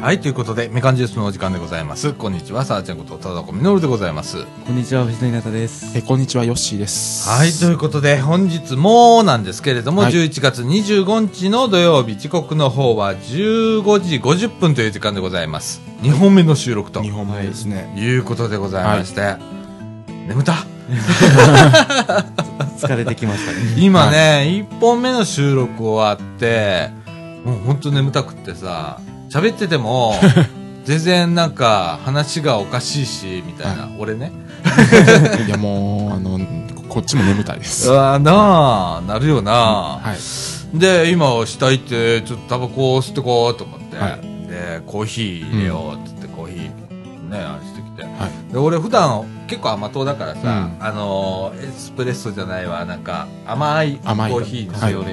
はい、ということで、みかんジュースのお時間でございます。こんにちは、さあちゃんこと、ただこみのるでございます。はこんにちは、藤野稲です。えこんにちは、ヨッシーです。い、ということで、本日もなんですけれども、はい11月25日の土曜日、時刻の方は15時50分という時間でございます。2本目の収録と日本目ですね。いうことでございまして、眠た疲れてきましたね。今ね、1本目の収録終わって、もうほんと眠たくってさ、喋ってても、 全然なんか話がおかしいし、みたいな、俺ね。 いや、もう、あの、ここっちも眠たいです。うはわなあ、なるよな、い。で、今、したいって、ちょっとタバコを吸ってこうと思って、はで、コーヒー入れようって言って、コーヒーね、あれしてきて。はい。で、俺普段結構甘党だからさ、うあのー、エスプレッソじゃないわ、なんか甘いコ甘いーヒーに しよう、は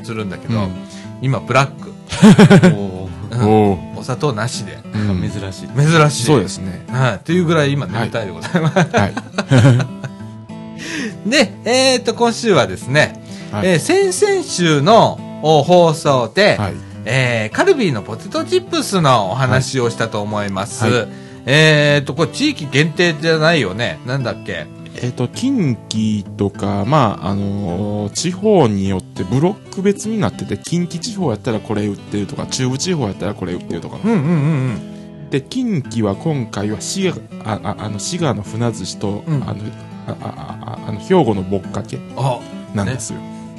うん、するんだけど、うん今、ブラック。おおお砂糖なしで。うんー珍しい。珍しい。そうですね。はい、っていうぐらい今眠たいでございます。はい。で、えっ、と、今週はですね、はいえー先々週のお放送で、はい。 えーカルビーのポテトチップスのお話をしたと思います。はえっと、これ地域限定じゃないよね。なんだっけえっ、と、近畿とか、まあ、あのー地方によってブロック別になってて、近畿地方やったらこれ売ってるとか、中部地方やったらこれ売ってるとか。うんうんうんで、近畿は今回は滋賀、あ、ああの、滋賀の船寿司と、うんあの、あ、あ、ああの、兵庫のぼっかけうん。あ、なんですよ。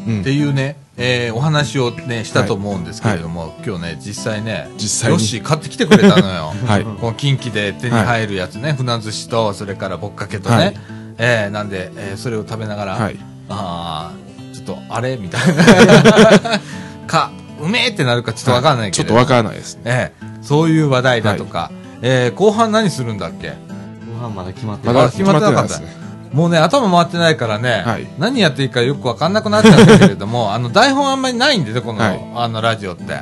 うっんて。いうね、えーお話をね、したと思うんですけれども、今日ね、実際ね、実際にヨッシー買ってきてくれたのよ。 はい。この近畿で手に入るやつね、船寿司と、それからぼっかけとね。はいえーなんで、えーそれを食べながら、はい。ああ、ちょっと、あれみたいな。 か、うめえってなるかちょっとわかんないけちょど、っとわからないですね。ええ、そういう話題だとか、ええ後半何するんだっけご飯まだ決まってまない。あだ決決ままっっててなかっなかったたですね。もうね、頭回ってないからね、はい何やっていいかよくわかんなくなっちゃうんだけれど も、あの、台本あんまりないんでね、この、はいあの、ラジオって。全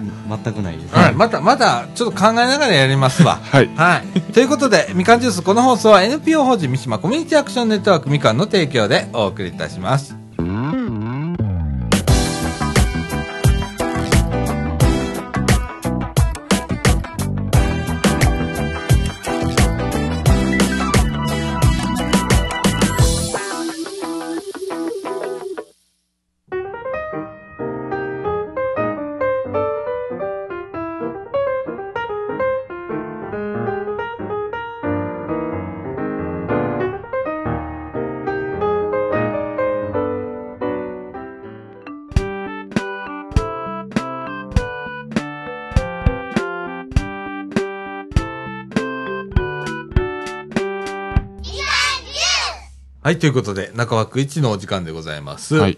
くないです。うんまた、また、ちょっと考えながらやりますわ。 はい。はい。ということで、みかんジュース、この放送は NPO 法人三島コミュニティアクションネットワークみかんの提供でお送りいたします。はい、ということで、中枠一のお時間でございます。はい。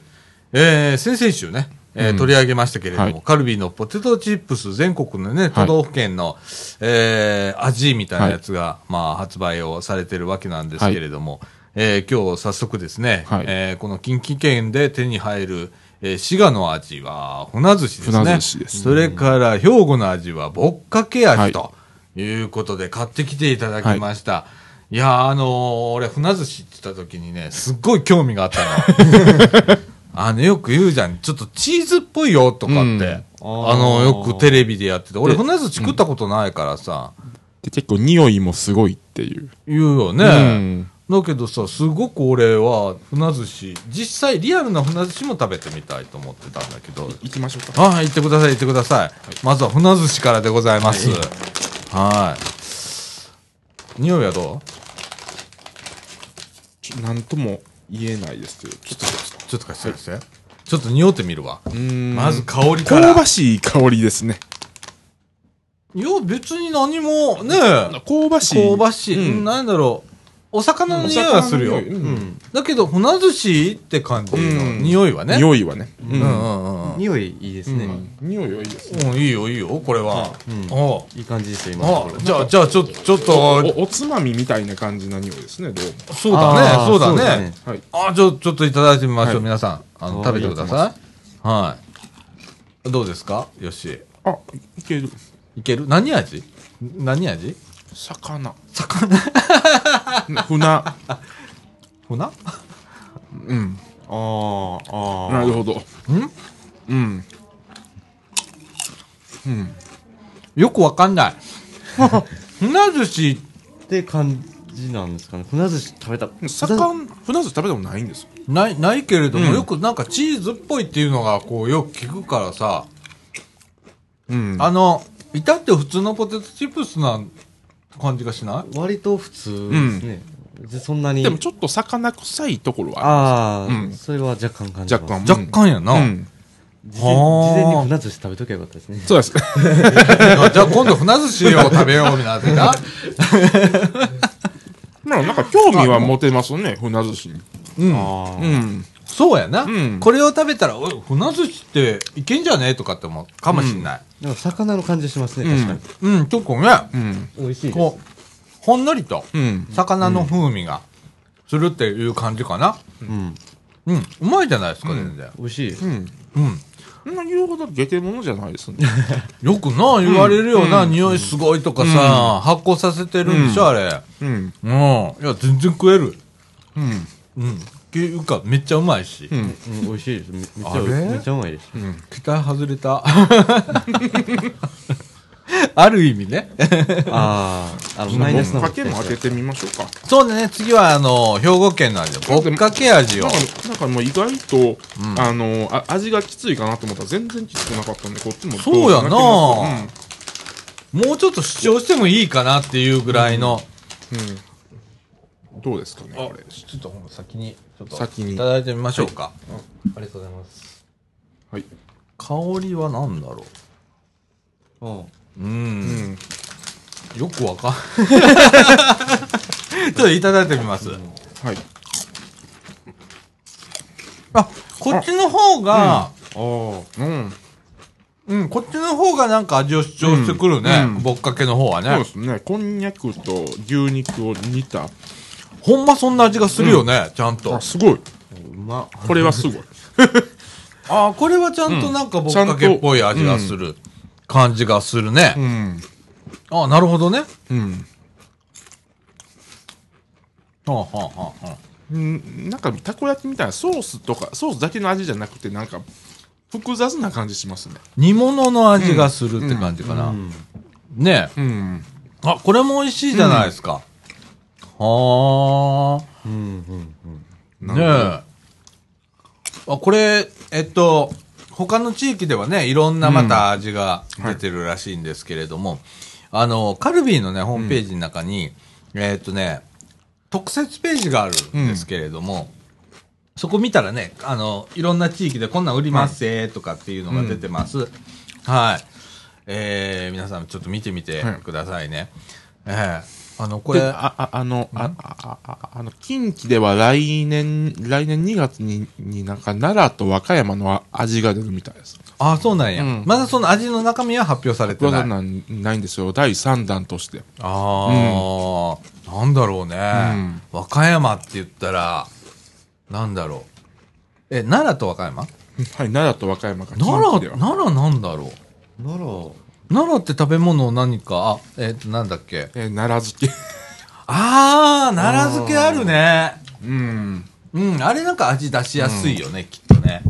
えー先々週ね、えーうん取り上げましたけれども、はいカルビーのポテトチップス全国のね、都道府県の、えー味みたいなやつが、まあ、発売をされてるわけなんですけれども、えー今日早速ですね、はいえーこの近畿圏で手に入る、えー滋賀の味は船寿司ですね。船寿司ですそれから兵庫の味はぼっかけは味いということで買ってきていただきました。い、やー、あのー俺船寿司って言った時にね、すっごい興味があったの。あの、よく言うじゃん。ちょっとチーズっぽいよとかって。うあんーの、よくテレビでやってて。俺、船寿司食ったことないからさ、で、結構匂いもすごいっていう。言うよね。うんだけどさ、すごく俺は船寿司、実際リアルな船寿司も食べてみたいと思ってたんだけど。行きましょうか。はい、行ってください、行ってください。まずは船寿司からでございます。はい。匂いはどうちょなんとも言えないですけど、ちょっとちょっちょっと貸して貸して。ちょっと匂ってみるわ。とうーんまず香りか香ら。ばしい香りですね。いや、別に何も、ね香ばしい。香ばしい、うんなんだろうお魚のお匂い魚のはするよ、匂いうんだけど船寿司って感じのうん匂いはね、匂いはね。うんうんうんうん匂いいいですね。匂いはいいですね。うんいいよいいよこれは、おういい感じですよ、今のあところ。じゃあじゃあちょちょっとおおつまみみたいな感じな匂いですね、どうも。そうだねあーそうだねそうだねあじゃあちょっといただいてみましょう、はい皆さんあのあー食べてくださいはいどうですかよしあ、いける。いける何味何味魚。 魚船。船うん。ああ、なあるほど。うんうん。 よくわかんない。 ふな寿司、って感じなんですかね。船寿司食べた。魚、船寿司食べたことないんですよ。ない、ないけれども、うんよくなんかチーズっぽいっていうのが、こう、よく聞くからさ、うん。あの、いたって普通のポテトチップスな感じがしない割と普通ですね。でそんなに。でもちょっと魚臭いところはああ、うんそれは若干感じます。若干。若干やな。ううんん。事前。はあ事前に船寿司食べとけばよかったですね。そうです。じゃあ今度、ふな寿司を食べようみたいな。まあなんか興味は持てますね、船寿司に。うん。あ うーん。そうやな。うんこれを食べたら、おい、ふな寿司っていけんじゃねえとかって思うかもしんない。なんか魚の感じしますね、うん確かうに。ん、結構ね、うん。美味しいです。こう、ほんのりと、うん。魚の風味がするっていう感じかな。うん。うん、うまいじゃないですか、全然。美味しいですう。ん。うん。そんな言うほど下手者じゃないですね。よくな、言われるよな、うん匂いすごいとかさ、発酵させてるんでしょ、うんあれ。うん。うん。いや、全然食える。うん。うん。っていうか、めっちゃうまいし。うんうん、美味しいです。めめっちあゃれ美味めっちゃうまいです。期待外れた。 ある意味ね。ああ、あの、マイナスぼのっかけも当てて。てみましょうか。そうだね、次は、あの、兵庫県の味、ぼっかけ味をなん。か、なんかもう意外と、あのあ、味がきついかなと思ったら全然きつくなかったんで、こっちもどそうやなきまもうちょっと主張してもいいかなっていうぐらいの。すようん。うん。どうですかね、これ。ちょっとほんま先に、ちょっと先にいただいてみましょうか。ありがとうございます。はい。香りは何だろうん。うう。うんん。よくわかん。 ちょっといただいてみます。はい。あ、こっちの方が、あうん。うん、こっちの方がなんか味を主張してくるうねん。ぼっかけの方はそうねで。すね。こんにゃくと牛肉を煮た。ほんまそんな味がするよね、ちゃんとあ、。すごい。あ、うま。これはすごい。ああ、これはちゃんとなんかぼっかけっぽい味がする感じがするうね。ん。ああ、なるほどね。うん。はあはあはあはあ。うんなんかたこ焼きみたいなソースとかソースだけの味じゃなくてなんか複雑な感じしますね煮物の味がするって感じかな。ねえ。うんあ、これも美味しいじゃないですか。はうん、うん、あ。ねえ。あ、これ、えっと、他の地域ではね、いろんなまた味が出てるらしいんですけれども、あの、カルビーのね、ホームページの中に、えっとね、特設ページがあるんですけれども、そこ見たらね、あの、いろんな地域でこんなん売りますぜとかっていうのが出てます。はい。えー、皆さんちょっと見てみてくださいね。えー、あの、ここれれ、あああのああああの近畿では来年来年2月にになんか奈良と和歌山のあ味が出るみたいですあ、そうなんや。うんまだその味の中身は発表されてわなざい。あなんないんですよ第3弾としてあー、なんだろうね、和歌山って言ったら、なんだろう。え、奈良と和歌山はい奈良と和歌山が近奈畿で良、は奈良なんだろう。うん。なら、奈良って食べ物何か、あ、えっ、と、なんだっけ。えー奈良漬けあー、奈良漬けあるね。うんうん、あれなんか味出しやすいよね、きっとね。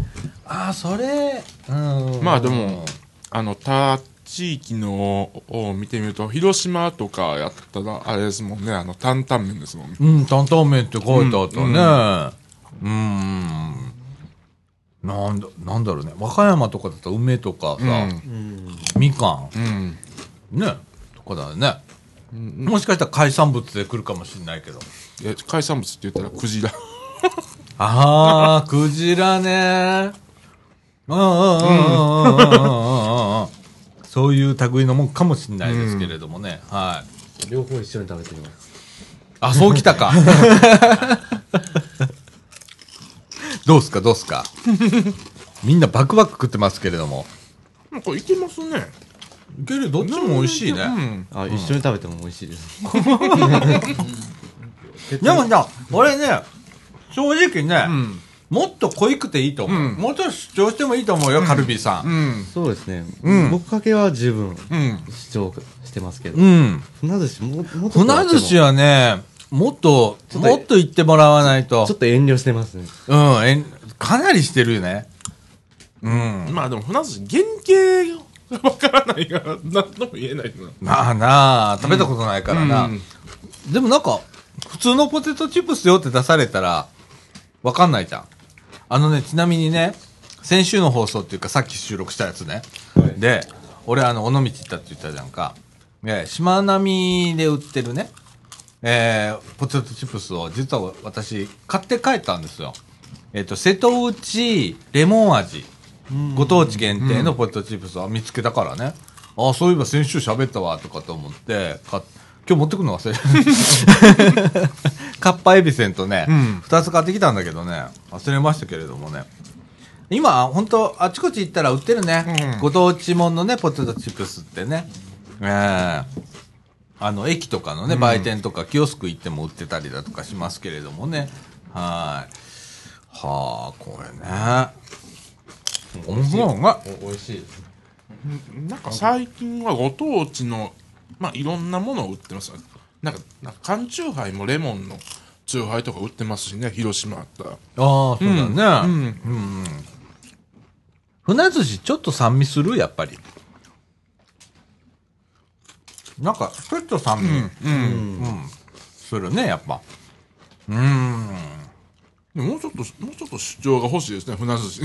ああ、それ、うん。まあでも、あの他地域のを見てみると広島とかやったらあれですもんねあの担々麺ですもんねうん、担々麺って書いてあったね。うん。んなんだ、なんだろうね。和歌山とかだったら梅とかさ、うん。みかうんん、ね、とかだよね。もしかしたら海産物で来るかもしれないけど。え海産物って言ったらクジ ラああ、クジラね。うんうんうんうんうんうんうん。そういう類のもんかもしれないですけれどもね。はい。両方一緒に食べてみます。あ、そうきた か。どうすか、どうすか。みんなバクバク食ってますけれども。なんかいけますねいける、どっちも美味しいね。ねあ、一緒に食べても美味しいです。でもさ、俺ね、正直ね、んもっと濃いくていいと思う。もうちょっと主張してもいいと思うよ、カルビーさ。うんんそうですね。うんぼっかけは十分うん主張してますけどう。ん。船寿司も、もっと船寿司ははね、もっと、ょっともっと言ってもらわないとちょ。っと遠慮してますね。うん、えんかなりしてるよね。うん。まあでも船寿司原型わからないから、何とも言えないな。なあなあ、食べたことないからな。うんでもなんか、普通のポテトチップスよって出されたら、わかんないじゃん。あのね、ちなみにね、先週の放送っていうかさっき収録したやつね。はいで、俺あの、尾道行ったって言ったじゃんか。え、しまなみで売ってるね、えーポテトチップスを実は私、買って帰ったんですよ。えっ、と、瀬戸内レモン味。ご当地限定のポテトチップスを見つけたからね。ああ、そういえば先週喋ったわ、とかと思って、買っ今日持ってくるの忘れた。 カッパエビセンとね、ん二つ買ってきたんだけどね、忘れましたけれどもね。今、本当あちこち行ったら売ってるね。うんご当地もんのね、ポテトチップスってね。ええあの、駅とかのね、売店とか、キオスク行っても売ってたりだとかしますけれどもね。はい。はあ、これね。面白いね。お美味しいですなんか最近はご当地の、まあ、いろんなものを売ってますよなんかなんか缶チューハイもレモンのチューハイとか売ってますしね広島あったらああ、そうだね。ん船寿司ちょっと酸味するやっぱり。なんか、ちょっと酸味、うんするね、やっぱ。でももうちょっともうちょっと主張が 欲しいですね船寿司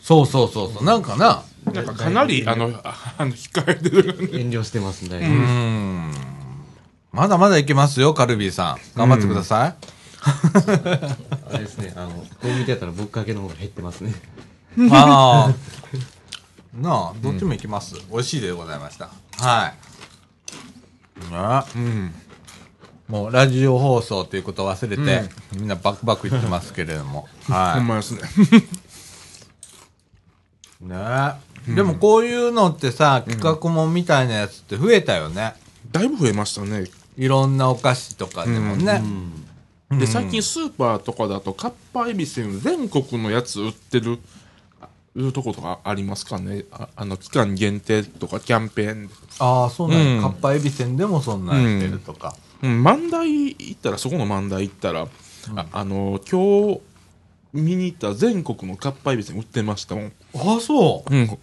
そうそうそうそう、なんかな。なんかかなりあのああの控えて る遠慮してますね、まだまだいけますよ、カルビーさん。頑張ってください。あれですねあのこう見てたらぶっかけの方が減ってますねああ。 なあ、どっちもいきます。美味しいでございました。はい。ね、もうラジオ放送ということを忘れて、みんなバクバクいってますけれど も。ほはんまですねい。ねでもこういうのってさ、企画もんみたいなやつって増えたよね。だいぶ増えましたねいろんなお菓子とかでもね。で最近スーパーとかだとカッパエビせん全国のやつ売ってるあいうとことかありますかねああの期間限定とかキャンペーンでああ、そうなんや、うんかっぱえびせんでもそんなんやってるとか。うん、万代行ったらそこの万代行ったら、ああの今日見に行った全国のかっぱえびせん売ってましたもん、ああ、そう。うん、へ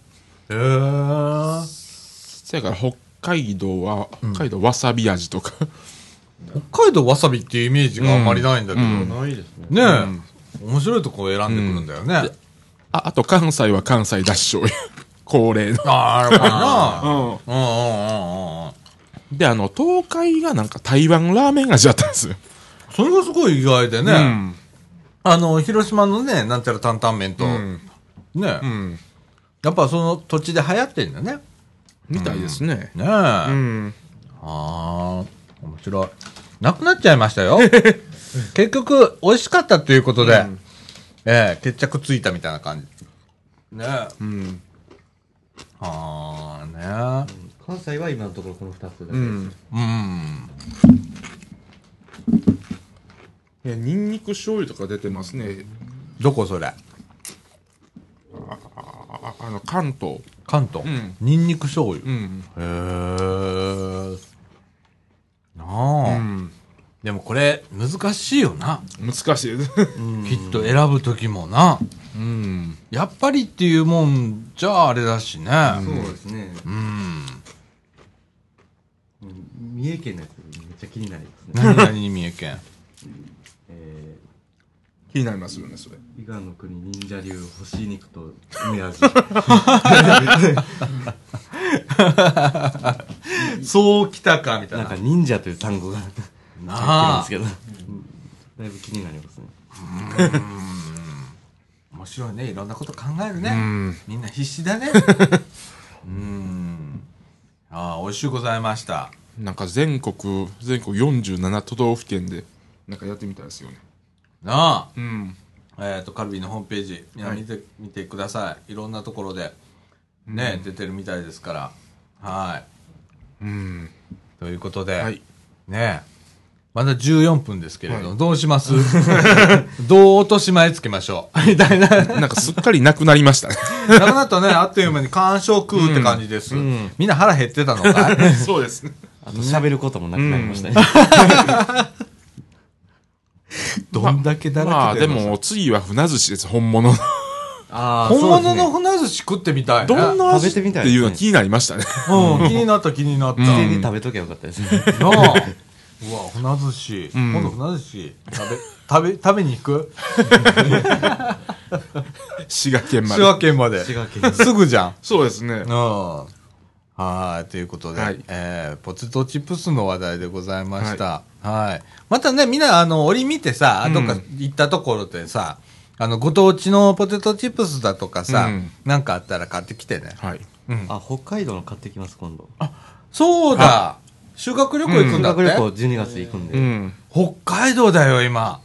えー。せやから北海道は北海道わさび味とか、北海道わさびっていうイメージがあんまりないんだけど、うんないですねねえ、面白いとこを選んでくるんだよね。ああと関西は関西だし醤油 恒例の、ああ、やっぱりな。であの東海がなんか台湾ラーメン味だったんですよ、うんうんうんうん。それがすごい意外でね、うんあの、広島のね、なんちゃら担々麺と、ね、うん、やっぱその土地で流行ってんだね。みたいですね、ねえ。うん、ああ、面白い。なくなっちゃいました よ。結局、美味しかったということで、ええ決着ついたみたいな感じ。ねえ。うんああ、ねえ。関西は今のところこの2つだけです、うんうん。いやニンニク醤油とか出てますねどこそれああの関東関東、うんニンニク醤油、うへんえなあ、うんでもこれ難しいよな、難しいですきっと選ぶ時もなうんやっぱりっていうもんじゃあれだしねそうですねうん、三重県のやつめっちゃ気になりますね、何々に三重県え気になりますよねそれー、伊賀の国忍者流干し肉と梅味そうきたかみた なんか忍者という単語がななあってますけどだいぶ気になりますね面白いねいろんなこと考えるね、んみんな必死だねうんああ美味しゅうございましたなんか全国全国47都道府県でなんかやってみたいですよねなあうんえー、とカルビーのホームページみんな見て,、見てくださいいろんなところで、ね出てるみたいですからはいうんということで、はいねまだ14分ですけれど、どうします どう落とし前つけましょう みたいな。ななんかすっかりなくなりましたねくなったね、あっという間に完食って感じです、みんな腹減ってたのかい そうですねあと喋ることもなくなりましたね、どんだけだらけまあて でるのも次は船寿司です本物のあ 本物の船寿司食ってみたいね。どんな味っ食べてみたいていうのは気になりましたね。うん、気になった気になった。うなのあ手に食べときゃよかったですね。 うわ、船寿司。ん今度船寿司、食べ、食べ、食べに行 く滋賀県ま滋で。賀県まで。滋賀県すぐじゃん。そうですねう。ん。はい、ということで、はいえーポテトチップスの話題でございました。はい。またね、みんな、あの、折見てさ、うんどっか行ったところでさ、あの、ご当地のポテトチップスだとかさ、うんなんかあったら買ってきてね。はい。うん。あ、北海道の買ってきます、今度。そうだ修学旅行行くん修だって、学旅行12月行くんうで。ん。北海道だよ、今。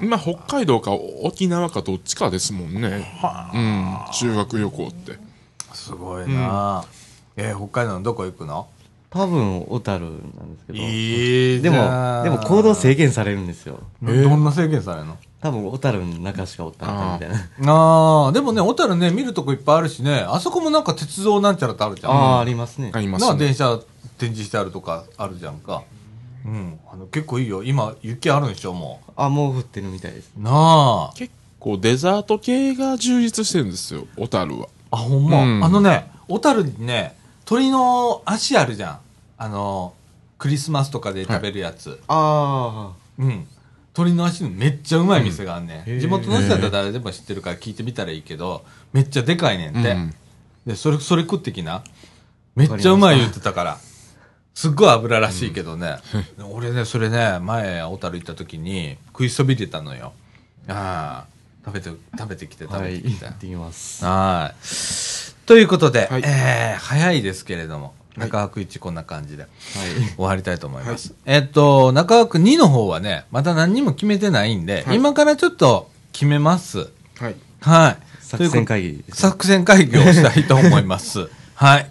今、北海道か沖縄かどっちかですもんね。うん。修学旅行って。すごいな、えー北海道のどこ行くの多分、小樽なんですけど。いいじでもゃ、んでも行動制限されるんですよ。などんな制限されるの多分、小樽の中しかおったんみたいな。あーでもね、小樽ね、見るとこいっぱいあるしね、あそこもなんか鉄道なんちゃらってあるじゃん。ああー、ありますねあ。りなまんかすね。電車展示してあるとかあるじゃんか。うん。あの結構いいよ。今、雪あるんでしょ、もあ、もう降ってるみたいです。う。なあ。結構デザート系が充実してるんですよ、小樽は。あ、ほんま。うんあのね、小樽にね、鳥の足あるじゃん。あの、クリスマスとかで食べるやつ。あうん。鳥の足のめっちゃうまい店があんね、うんへん。ー地元の人だったら誰でも知ってるから聞いてみたらいいけど、めっちゃでかいねんって。うんで、それ、それ食ってきな。めっちゃうまい言ってたから。すっごい油らしいけどね。俺ね、それね、前、小樽行った時に食いそびれたのよ。ああ、食べて、食べてきて、あ。食はべてい。きて。行ってきます。はい。ということで、はいえー早いですけれども、中枠1こんな感じではい。終わりたいと思います。えっと、中枠2の方はね、まだ何にも決めてないんで、はい今からちょっと決めます。はい。はい。作戦会議ですね作戦会議をしたいと思います。 はい。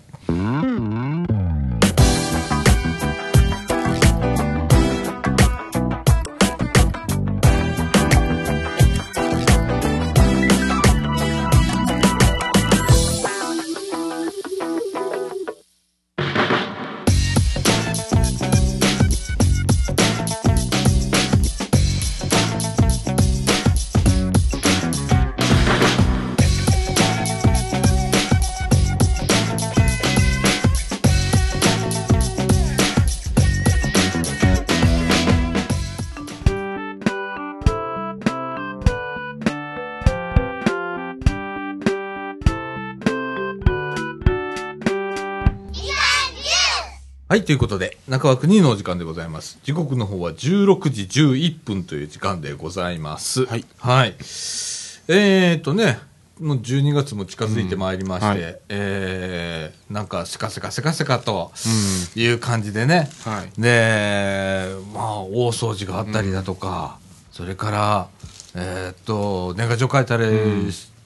はい、ということで、中枠2のお時間でございます。時刻の方は16時11分という時間でございます。はい。えーっとね、もう12月も近づいてまいりまして、うんはえー、なんかせかせかせかせかという感じでね、はい。で、まあ、大掃除があったりだとか、それから、えーっと、年賀状書いたり、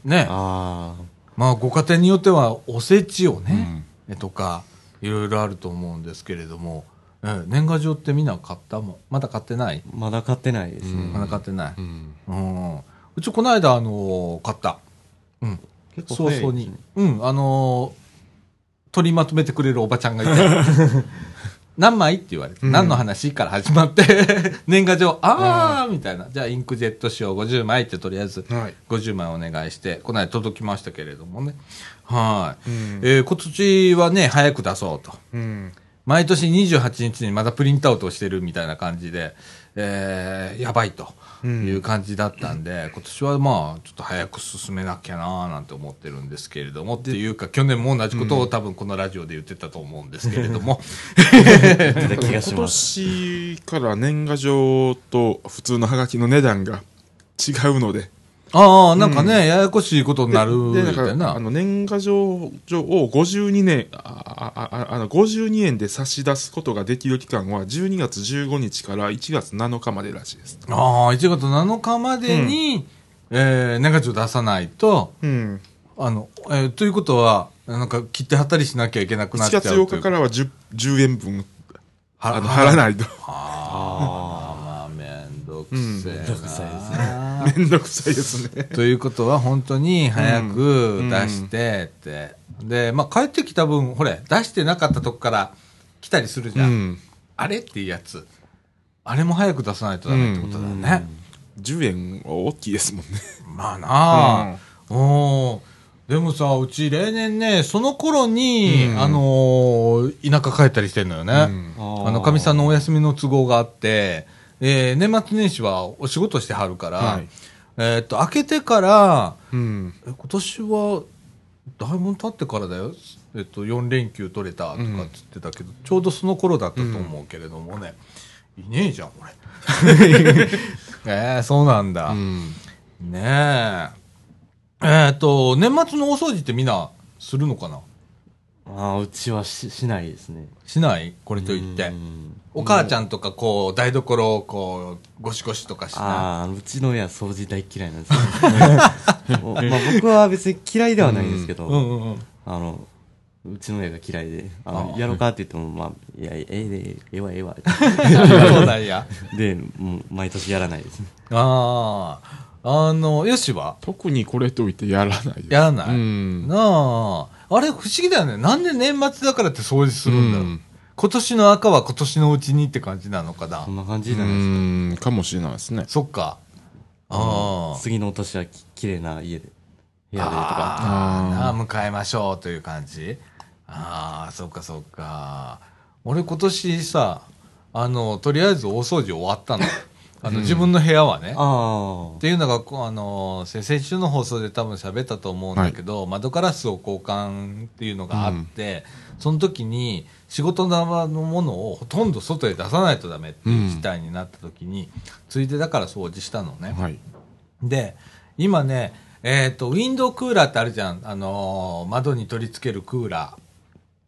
ね、あまあ、ご家庭によってはおせちをね、えとかいろいろあると思うんですけれども、うん年賀状ってみんな買ったもんまだ買ってない、あ。まだ買ってないですね。まだ買ってない、ううんん。うちこの間、あのー買った、うん、結早構早い々に、うんあのー取りまとめてくれるおばちゃんがいて何枚って言われて、何の話から始まって 年賀状ああみたいなじゃあインクジェット紙を50枚ってとりあえずはい。 50枚お願いして、この間届きましたけれどもね。はい。うんえー今年はね、早く出そうと。うん。毎年28日にまたプリントアウトをしてるみたいな感じで、えーやばいという感じだったんで、今年はまあ、ちょっと早く進めなきゃなーなんて思ってるんですけれども、っていうか、去年も同じことを多分このラジオで言ってたと思うんですけれども、言ってた気がし今ます。年から年賀状と普通のハガキの値段が違うので。ああ、なんかね、ややこしいことになるみでたでないんかなあ。の年賀状を52年ああああの52円で差し出すことができる期間は12月15日から1月7日までらしいです。ああ、1月7日までに、えー年賀状出さないと、うん、あの、えーということは、なんか切ってはったりしなきゃいけなくなっ1ちゃう月という8日からは 10, 10円分はあの払わないとあーまあ、めんどくせえな。んめんどくさいですめんどくさいです ね。ということは、本当に早く出してって。で、まあ、帰ってきた分、ほれ、出してなかったとこから来たりするじうゃん。ん、あれっていうやつ。あれも早く出さないとダメってことだよね。 10円は大きいですもんね。まあなあ、うんでもさ、うち例年ね、その頃に、うんあのー田舎帰ったりしてんのよね。うんあの、かみさんのお休みの都合があって、えー年末年始はお仕事してはるから、はいえーっと、明けてから、うん。え今年はだいぶ経ってからだよ、えっと、4連休取れたとかっつってたけど、ちょうどその頃だったと思うけれどもね、いねえじゃん 俺えー、そうなんだ、うん。ねええーっと年末の大掃除ってみんなするのかなああ、うちはししないですね。しないこれといってうんお母ちゃんとかこう台所をこうゴシゴシとかしなああ、うちの親掃除大嫌いなんですよ。 もうまあ、僕は別に嫌いではないんですけいど、うんうんうん あの、うちの親が嫌いで、あのああやろうかって言っても、まあ、いや、ええで、ええわ、ええわ。 そうなんやで、もう毎年やらないですね。あああのよしは特にこれといってやらないやらない、うんなあ。あれ不思議だよね。なんで年末だからって掃除するんだろう。うん今年の赤は今年のうちにって感じなのかなそん。な感うじじゃないですか。ん、かもしれないですね。そっか。あー次の年はき綺麗な家で、部屋でとか。あー。あーなあ迎えましょうという感じ。ああ、そっかそっか。俺今年さ、あの、とりあえず大掃除終わった の。あの、自分の部屋はね。あっていうのがこう、あのー、先々週の放送で多分喋ったと思うんだけど、窓ガラスを交換っていうのがあって、その時に仕事のものをほとんど外へ出さないとダメっていう事態になった時に、ついでだから掃除したのね。はい。で、今ね、えっ、と、ウィンドウクーラーってあるじゃん。あのー窓に取り付けるクーラ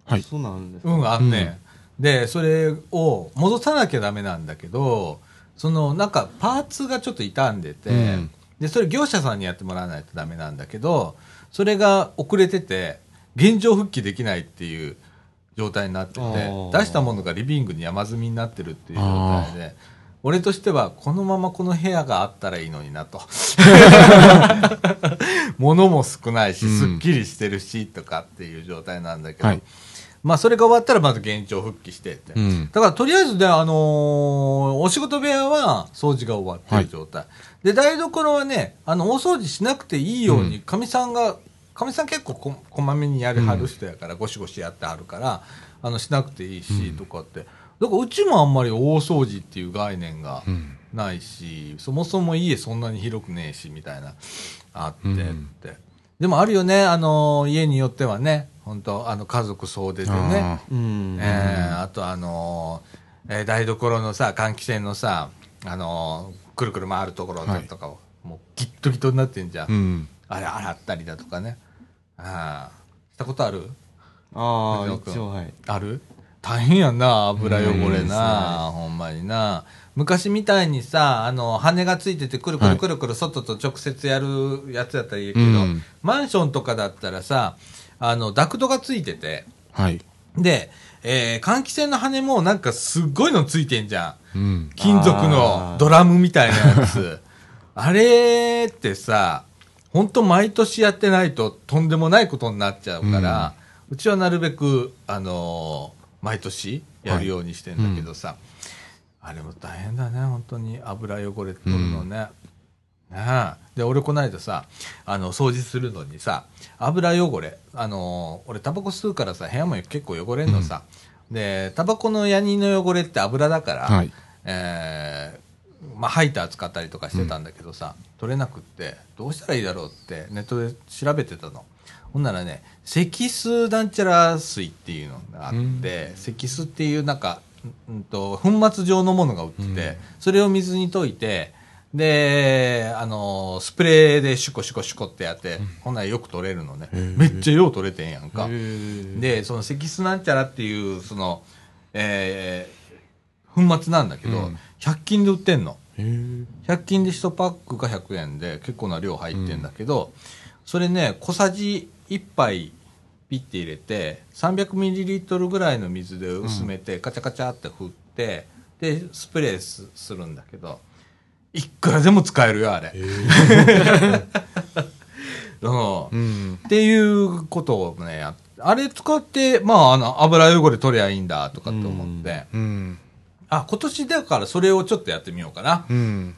あ、はいそうなんですー。か。うん、あんね、で、それを戻さなきゃダメなんだけど、その、なんかパーツがちょっと傷んでて、うんで、それ業者さんにやってもらわないとダメなんだけど、それが遅れてて、現状復帰できないっていう状態になっててあ、ー出したものがリビングに山積みになってるっていう状態で、俺としてはこのままこの部屋があったらいいのになと。物も少ないし、うんすっきりしてるし、とかっていう状態なんだけど、はいまあそれが終わったらまず現状復帰してって。うん。だからとりあえずね、あのーお仕事部屋は掃除が終わってる状態。で、台所はね、あの、大掃除しなくていいように、かみさんが、かみさん結構ここまめにやるはる人やから、ゴシゴシやってはるから、あの、しなくていいし、とかって。だからうちもあんまり大掃除っていう概念がうんないし、そもそも家そんなに広くねえし、みたいな、あってって。うんでもあるよね、あのー家によってはね、本当あの、家族総出でねあ。うん。えーあとあのーえー台所のさ換気扇のさあのーくるくる回るところはいとかを、もうギットギットになってんじゃん、ーうん。あれ洗ったりだとかねあーしたことあるああ、藤野一応はい。ある大変やんな油汚れうんな、ほんまにな昔みたいにさあの羽がついててくるくはるいくるくる外と直接やるやつやったらいいけど、うんマンションとかだったらさあのダクトがついててはい。で、えー換気扇の羽もなんかすっごいのついてんじゃん。うん。金属のドラムみたいなやつ。あれってさ、ほんと毎年やってないととんでもないことになっちゃうから、うちはなるべく、あのー毎年やるようにしてんだけどさ、あれも大変だね、本当に油汚れ取るのね。ねえで俺この間さあの掃除するのにさ油汚れあのー俺タバコ吸うからさ部屋も結構汚れんのさ、でタバコのヤニの汚れって油だから、はいえーまあ、ハイター使ったりとかしてたんだけどさ、取れなくってどうしたらいいだろうってネットで調べてたのほんならね積水なんちゃら水っていうのがあって、うん積水っていうなんか、うんうんと粉末状のものが売ってて、それを水に溶いてであのスプレーでシュコシュコシュコってやって、こんなんよく取れるのねめっちゃよう取れてんやんかでその積水なんちゃらっていうその、えー粉末なんだけど、うん100均で売ってんのへえ。 100均で1パックが100円で結構な量入ってんだけど、それね小さじ1杯ピッて入れて 300ml ぐらいの水で薄めて、カチャカチャって振ってでスプレーすするんだけどいくらでも使えるよあれ。 うんうん。っていうことをね、やっあれ使って、まあ、あの、油汚れ取りゃいいんだとかって思って、うん。あ、今年だからそれをちょっとやってみようかな。うん。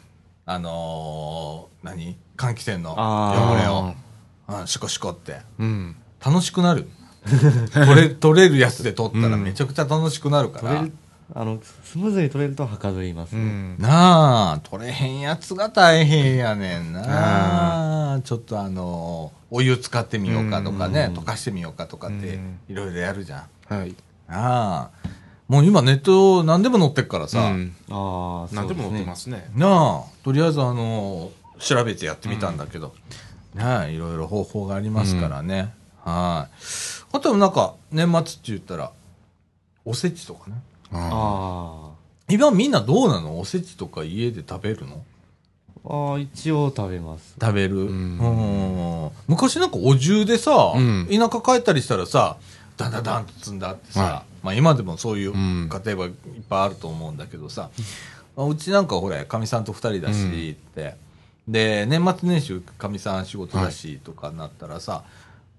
あのー何換気扇の汚あーれを。うん、シコシコって。うん。楽しくなる。取れ、取れるやつで取ったらめちゃくちゃ楽しくなるか取ら。れるあのスムーズに取れるとはかどります、うねん。なあ、取れへんやつが大変やねんな。ちょっとあの、お湯使ってみようかとかね、溶かしてみようかとかってうん、いろいろやるじゃん。はい。なあ。もう今ネット何でも載ってっからさ。うんああ何でも載ってますすね。なあ、とりあえずあの、調べてやってみたんだけど。なあ、いろいろ方法がありますからね。はい。あとはなんか、年末って言ったら、おせちとかね。ああ今みんなどうなのおせちとか家で食べるのーあー一応食べます食べる、んうん昔なんかお重でさ、うん田舎帰ったりしたらさダンダンダンと積んだってさ、はまあ、今でもそういう家ん庭はいっぱいあると思うんだけどさ、まあうちなんかほらかみさんと2人だしって、で年末年始かみさん仕事だしとかなったらさ、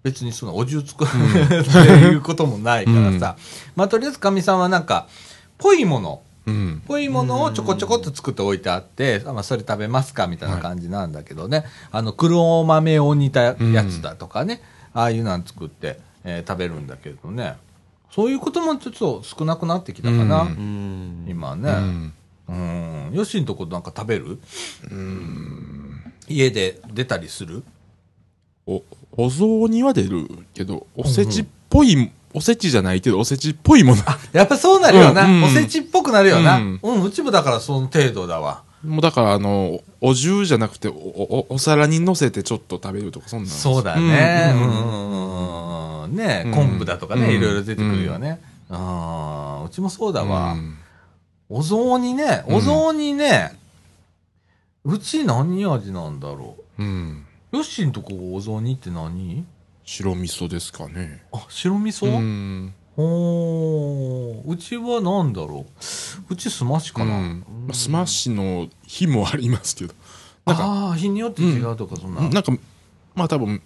別にそのお重作る、 っていうこともないからさ、まあとりあえずかみさんはなんかぽいものうん。ぽいものをちょこちょこっと作って置いてあって、あまあ、それ食べますかみたいな感じなんだけどね、あの黒豆を煮たやつだとかね、ああいうの作って、えー食べるんだけどねそういうこともちょっと少なくなってきたかな、ううん今うねん。うんよしんとこなんか食べる家で出たりするお、お雑煮は出るけど、おせちっぽい、おせちじゃないけど、おせちっぽいもの。やっぱそうなるよな、うんうんおせちっぽくなるよな、ううんん、うちもだからその程度だわ もうだから、あの、お重じゃなくて、お、お、お皿に乗せてちょっと食べるとか、そんなのそうだね。ううんんうんうんねうん昆布だとかね、うんいろいろ出てくるよね。あーうちもそうだわ。うんお雑煮ね、うんお雑煮ね、うち何味なんだろうん。う。ヨッシーんとこお雑煮って何白味噌ですかね。あ、白味噌、ん。ほーうちは何だろう。うちすましかかな。な。まあスマッシュの日もありますけど。なんか、ああ、日によって違うとか、そんな。なんか、まあ多分、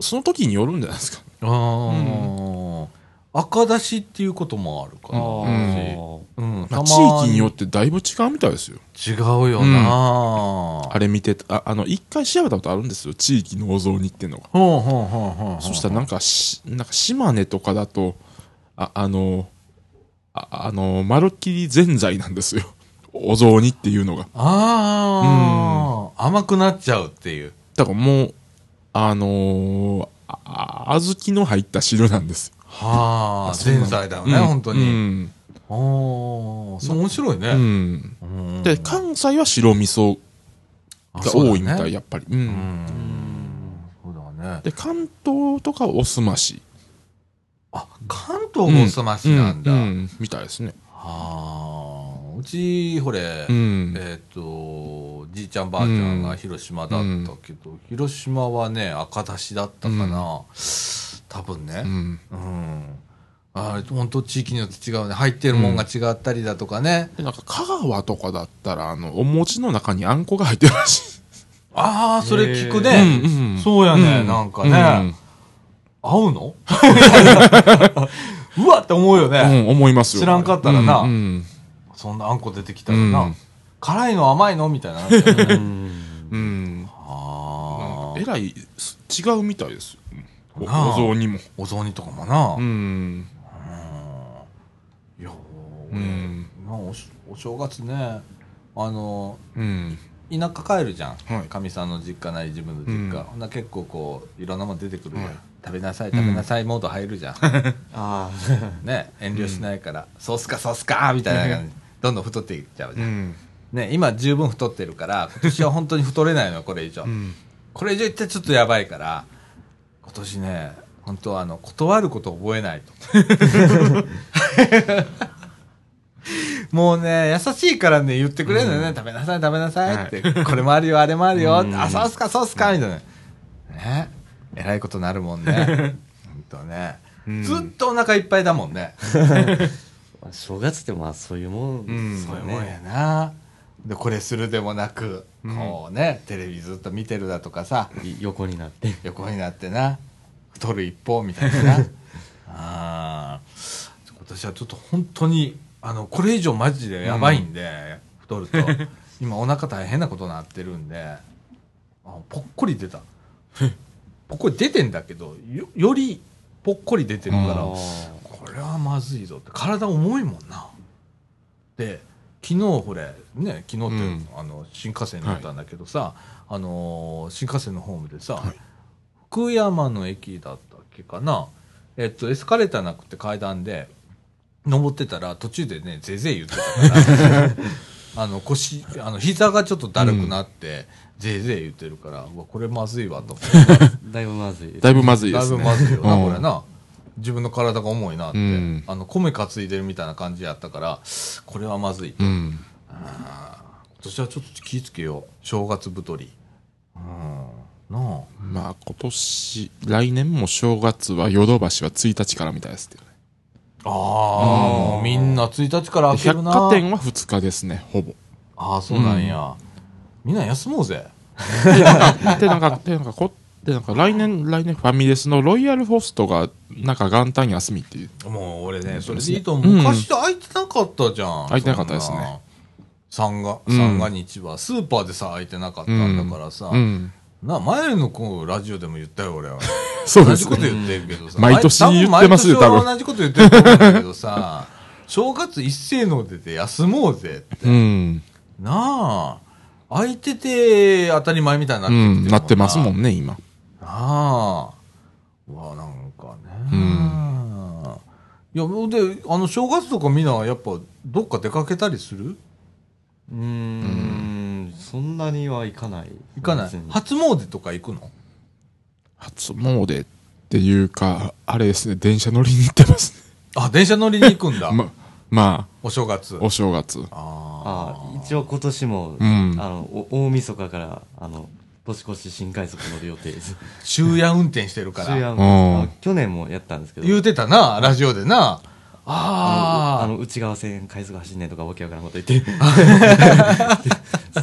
その時によるんじゃないですか。あー赤だしっていうこともあるかあな。ーうん、まあ、地たま域によってだいぶ違うみたいですよ。違うよな、あれ見てた、ああの、一回調べたことあるんですよ。地域のお雑煮っていうのが。ほうほうほうほうほうそしたらなんかし、なんか島根とかだと、あ、あの、ああの、まるっきりぜんざいなんですよ。 お雑煮っていうのが。ああ、甘くなっちゃうっていう。だからもう、あのー、ああ小豆の入った汁なんですよ。はあ、そうな前の菜だよね、うん本当に。うんおーそう面白いね。うん。うんで、関西は白味噌あがそうだ多ねいみたい、やっぱり。う。うんん。そうだね。で、関東とかはおすまし。あ、関東もおすましなんだ。うはんうんみたいですね。あ、うち、ほれ、うん。えっ、と、じいちゃんばあちゃんが広島だったけど、広島はね、赤だしだったかな。うん多分ね。うん。うん。あれ、本当地域によって違うね。入ってるもんが違ったりだとかね。で、なんか香川とかだったら、あの、お餅の中にあんこが入ってるらしああ、それ聞くい。ね。うんうんそうやね、うなんかね。合う のうわって思うようんね。うん、思いますよ。知らんかったらなうんうん。そんなあんこ出てきたらう。なん辛いの甘いのみたい な。うんうん。なんかあえあ。らい、す違うみたいですよ。おなあお雑煮も。お雑煮とかもな。ううんん。いや、う俺ん。なおしお正月ね、あの、うん。田舎帰るじゃんはいかみ、さんの実家なり自分の実家、うんほんなら結構こういろんなもの出てくるやん、はい食べなさい食べなさいモード入るじゃん、あね遠慮しないから、そうっすかそうっすかみたいな感じどんどん太っていっちゃうじうゃん、ん。ね今十分太ってるから今年は本当に太れないのよこ れ以上、うん。これ以上いったらちょっとやばいから今年ね本当はあの断ること覚えないと もうね優しいからね言ってくれるのよね、食べなさい食べなさいって、これもあるよあれもあるよってあそうっすかそうっすかみたいなねえらいことなるもん ね本当ね、うんずっとお腹いっぱいだもんねあ正月ってまあそういうもんですそよういうもんやね、なでこれするでもなく、こうねテレビずっと見てるだとかさい横になって横になってな太る一方みたいな なあー今年はちょっと本当にあのこれ以上マジでやばいんで、太る と今お腹大変なことになってるんであぽっこり出たここに出てんだけどよよりぽっこり出てるかあら、ーこれはまずいぞって体重いもんなで昨日ほれね昨日って、うんあの新幹線乗ったんだけどさ、あのー新幹線のホームでさ、福山の駅だったっけかなえっとエスカレーターなくて階段で登ってたら途中でねぜいぜい言ってたから あの腰あの膝がちょっとだるくなって、ぜいぜい言ってるからうわこれまずいわと思ってだいぶまずいですだいぶまずいでだいすぶね。まずいよな、うんこれな。自分の体が重いなって、うんあの米担いでるみたいな感じやったからこれはまずい、うん。あー今年はちょっと気ぃつけよう正月太りうんなまあ今年、来年も正月はヨドバシは1日からみたいですけどね。ああー、もうみんな1日から開ける百な貨店は2日ですね、ほ ぼ。ああそうなんや、みんな休もうぜで、なんか、で、なんか、こで、なんか来年、来年ファミレスのロイヤルホストが、なんか元旦休みっていう。もう俺ねそそうれですねでいいと思う、うん昔空いてなかったじゃん空いてなかったですね三がうん三が日は、スーパーでさ空いてなかったんだからさ、うん。な前のこうラジオでも言ったよ俺はそう同でじすことね。言ってるけどさ。うん毎年あれ言ってますよ多分毎年同じこと言ってると思うんだけどさ、 正月一斉の出て休もうぜって。うん。なあ、空いてて当たり前みたいになっうてきてるもんん。なってますもな。んね、今。ああ。うわ、なんかね。うんいや、で、あの、正月とかみんなやっぱどっか出かけたりするうーんそんなにはいかない行かない別に初詣とか行くの初詣っていうか、あれですね、電車乗りに行ってますあ、電車乗りに行くんだね。。 ま、まお正月。あ、お正月。あああ。一応今年も、うんあのお大晦日からあの年越し新快速乗る予定です昼夜運転してるから。それはうあんの去年もやったんですけど言うてたな、ラジオでな。あのああの内側線快速走んねんとかわけわからんこと言って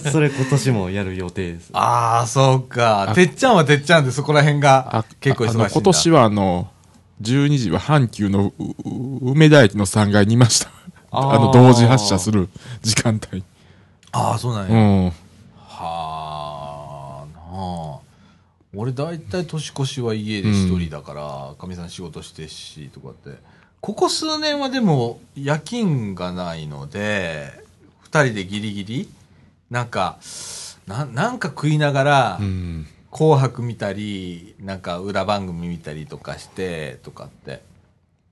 それ今年もやる予定ですあ。ああ、そうか。てっちゃんはてっちゃんでそこら辺が結構忙しいんあだ。の今年はあの、12時は阪急のうう梅田駅の3階にいました。あ あーの、同時発車する時間帯。ああ、そうなんや。うはん。あ、なあ。俺大体年越しは家で一人だから、かみ、さん仕事してし、とかって。ここ数年はでも夜勤がないので、二人でギリギリなんか、ななんか食いながら、うん。紅白見たり、なんか裏番組見たりとかして、とかって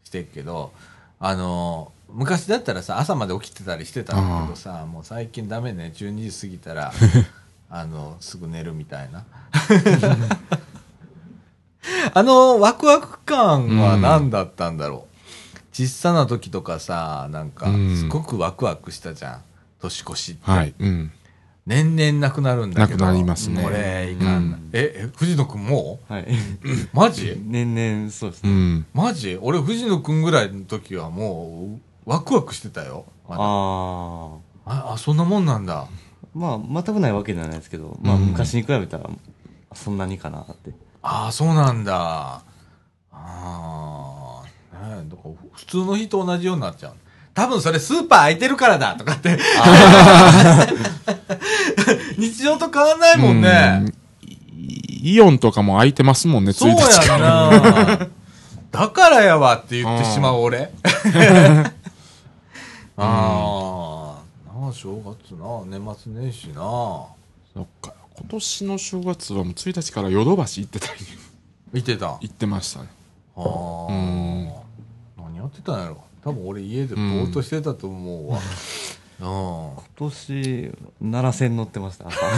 してるけど、あの、昔だったらさ、朝まで起きてたりしてたんだけどさ、もう最近ダメね、12時過ぎたら、 あの、すぐ寝るみたいな。あの、ワクワク感は何だったんだろう。小さな時とかさ、なんか、うんすごくワクワクしたじゃん。年越しって。はい。うん。年々なくなるんだけど。なくなりますねこれ、いかんなうえ、え藤野くんもはいマジ 年々そうですうね、ん。マジ俺、藤野くんぐらいの時はもう、ワクワクしてたよ。まだあああ、あ、そんなもんなんだ。まあ全くないわけじゃないですけど、まあ、うん昔に比べたらそんなにかなってああ、そうなんだ。ああ、ねえ、だから普通の日と同じようになっちゃう。多分それスーパー空いてるからだとかって。 日常と変わんないもんね。うんイイオンとかも空いてますもんね、1そうや日んから。な。 だからやわって言ってしまう俺。 ああ、なあ、正月な、年末年始な。そっか。今年の正月はもう1日からヨドバシ行ってたり、見てた。あ行ってましたね。あうん。何やってたんやろ。多分俺家でぼーっとしてたと思うわ。 うん。今年奈良線乗ってました朝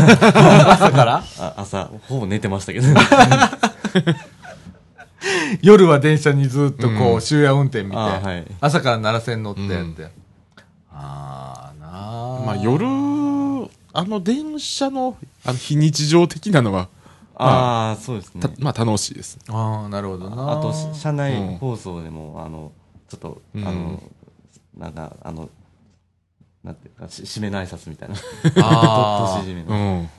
朝からあ朝ほぼ寝てましたけど 夜は電車にずっとこうう、ん終夜運転見て、あーはい朝から奈良線乗ってって。うんああ、なあ。まあ夜、あの電車の、あの非日常的なのは、ああそうですねたまあ楽しいです。ああ、なるほどな。あとし車うん内放送でも、あのちょっと、うんあのなんかあのなんていうかし締めの挨拶みたい なあーと年締めうの、ん。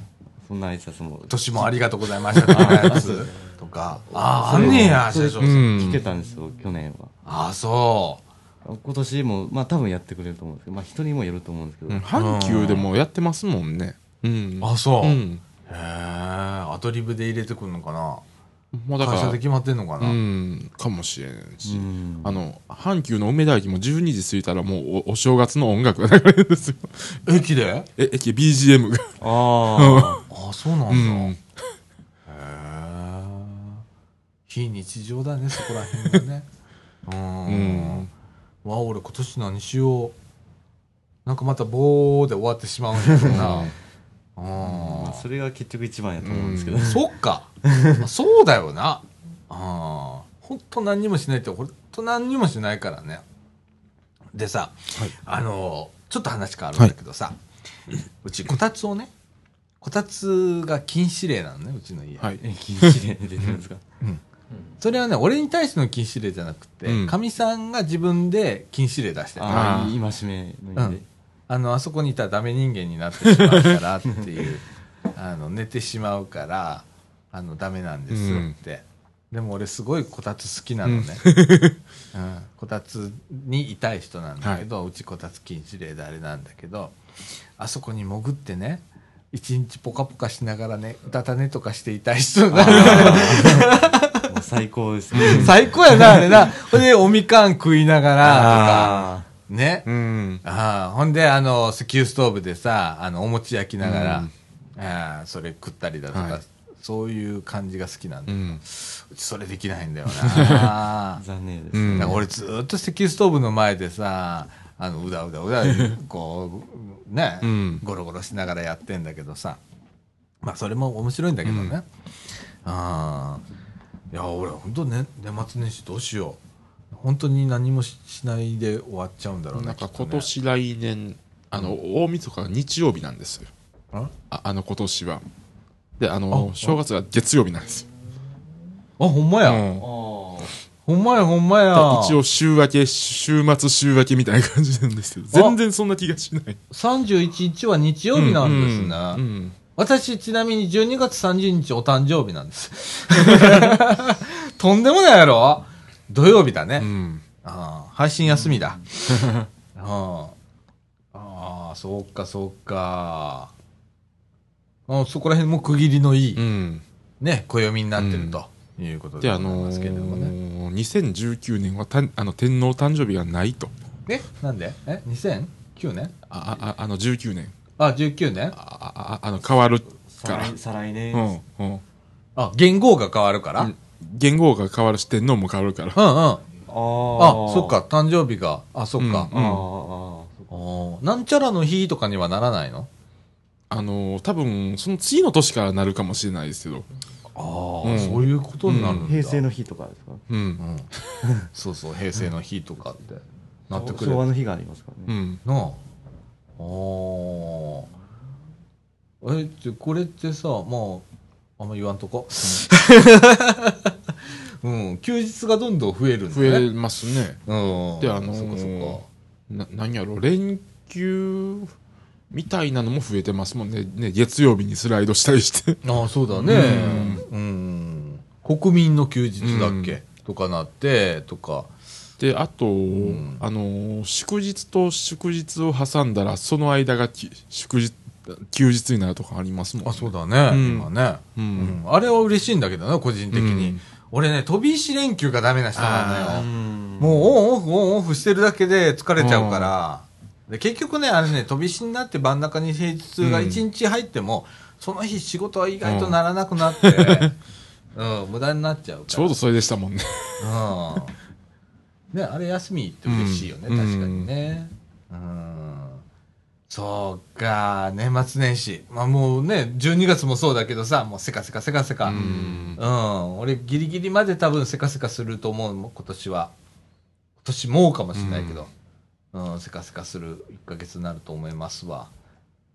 そんな挨拶も年もありがとうございましたとかやつ とか。ああ、あんねや、それ社長。うん聞けたんですよ、去年はああ、そ今年もまあ多分やってくれると思うんですけどまあ人にもよると思うんですけど、うん阪急でもやってますもんね。うんう。。あそう。うへん。え、あアドリブで入れてくるのかなもうだか会社でら決まってんのかな、うんかもしれんし、うんあの阪急の梅田駅も12時過ぎたらもうおお正月の音楽が流れるんですよ 駅でえ駅 BGM が ああそうなんだ、うへんえ非日常だねそこら辺 がねうんうんわあ俺今年何しようなんかまた棒で終わってしまうんだけどなあ、まあ、うそれが結局一番やと思うんですけど、うんんそっ かまあそうだよなあ本当何にもしないって本当何にもしないからねでさ、はいあのちょっと話変わるんだけどさ、うちこたつをねこたつが禁止令なのねうちの家、はいえ禁止令出てるんですかそれはね俺に対しての禁止令じゃなくてうんかみ、さんが自分で禁止令出してるああああー今しめの意味で、のあそこにいたらダメ人間になってしまうからっていう あの寝てしまうからあのダメなんですよって、でも俺すごいこたつ好きなのね、 うんこたつにいたい人なんだけど、うちこたつ禁止令であれなんだけどあそこに潜ってね一日ポカポカしながらねうたた寝とかしていたい人なの もう最高ですね最高やな、あれな。ほんで、おみかん食いながら、とか、あね。うんああほんで、あの、石油ストーブでさ、あの、お餅焼きながら、ああそれ食ったりだとか、はいそういう感じが好きなんうで、うんちそれできないんだよな あ。残念です、うんだから俺ずっと石油ストーブの前でさ、あの、うだうだう だ、こう、ね、うんゴロゴロしながらやってんだけどさ。まあ、それも面白いんだけどね。ああ。いや、俺、本当ね、年末年始どうしよう。本当に何もししないで終わっちゃうんだろうね。なんかきっとね今年来年あの大晦日が日曜日なんですよあああの今年はであのあ正月が月曜日なんですよ、あ、ほんまうや。ん、あほんまや、ほんまや。一応週明け週末週明けみたいな感じなんですけど全然そんな気がしない31日は日曜日なんですね。うんうん私、ちなみに12月30日お誕生日なんです。 とんでもないやろ土曜日だね。うんああ配信休みだ。 ああああ、そうか、そうか。あそこら辺も区切りのいい、うんね、暦になってるということでごであざいのますけれどもね。ー2019年はたあの天皇誕生日がないとえ、なんでえ、2009年ああああの19年あ、19年ああああの変わるか再ら来再来う年んうんあ、元号が変わるから。うん元号が変わるし天皇も変わるからうんうん。あああ、そっか、誕生日が。あ、そっか。あーあうんーあーおーなんちゃらの日とかにはならないのあのー多分その次の年からなるかもしれないですけどあうんそういうことになるんだ。平成の日とかですかうんうん。そうそう、平成の日とかってなってくる昭。和の日がありますからうね、んなあ。おーえ、ってこれってさ、まあ、あんま言わんと こ。うん、休日がどんどん増えるんだ増ね。えますねうん。であのーそっかそっか。な何やろ連休みたいなのも増えてますもんねね月曜日にスライドしたりして ああそうだねうん、国民の休日だっけ、うとかなってとかであと、んあのー祝日と祝日を挟んだらその間がき祝日休日になるとかありますもん、あそうだね、うん今ね、ううんんあれは嬉しいんだけどね個人的に、うん俺ね飛び石連休がダメな人なのようんもうオンオフオンオフしてるだけで疲れちゃうから、で結局ねあれね飛び石になって真ん中に平日がうん1日入っても、その日仕事は意外とならなくなって、 うん無駄になっちゃうからちょうどそれでしたもんねうんね、あれ休みって嬉しいよね、うん確かにね。うん。そうか、年末年始。まあもうね、12月もそうだけどさ、もうせかせかせかせか。んうん俺ギリギリまで多分せかせかすると思う、今年は。今年もうかもしれないけど。うん、せかせかする1ヶ月になると思いますわ。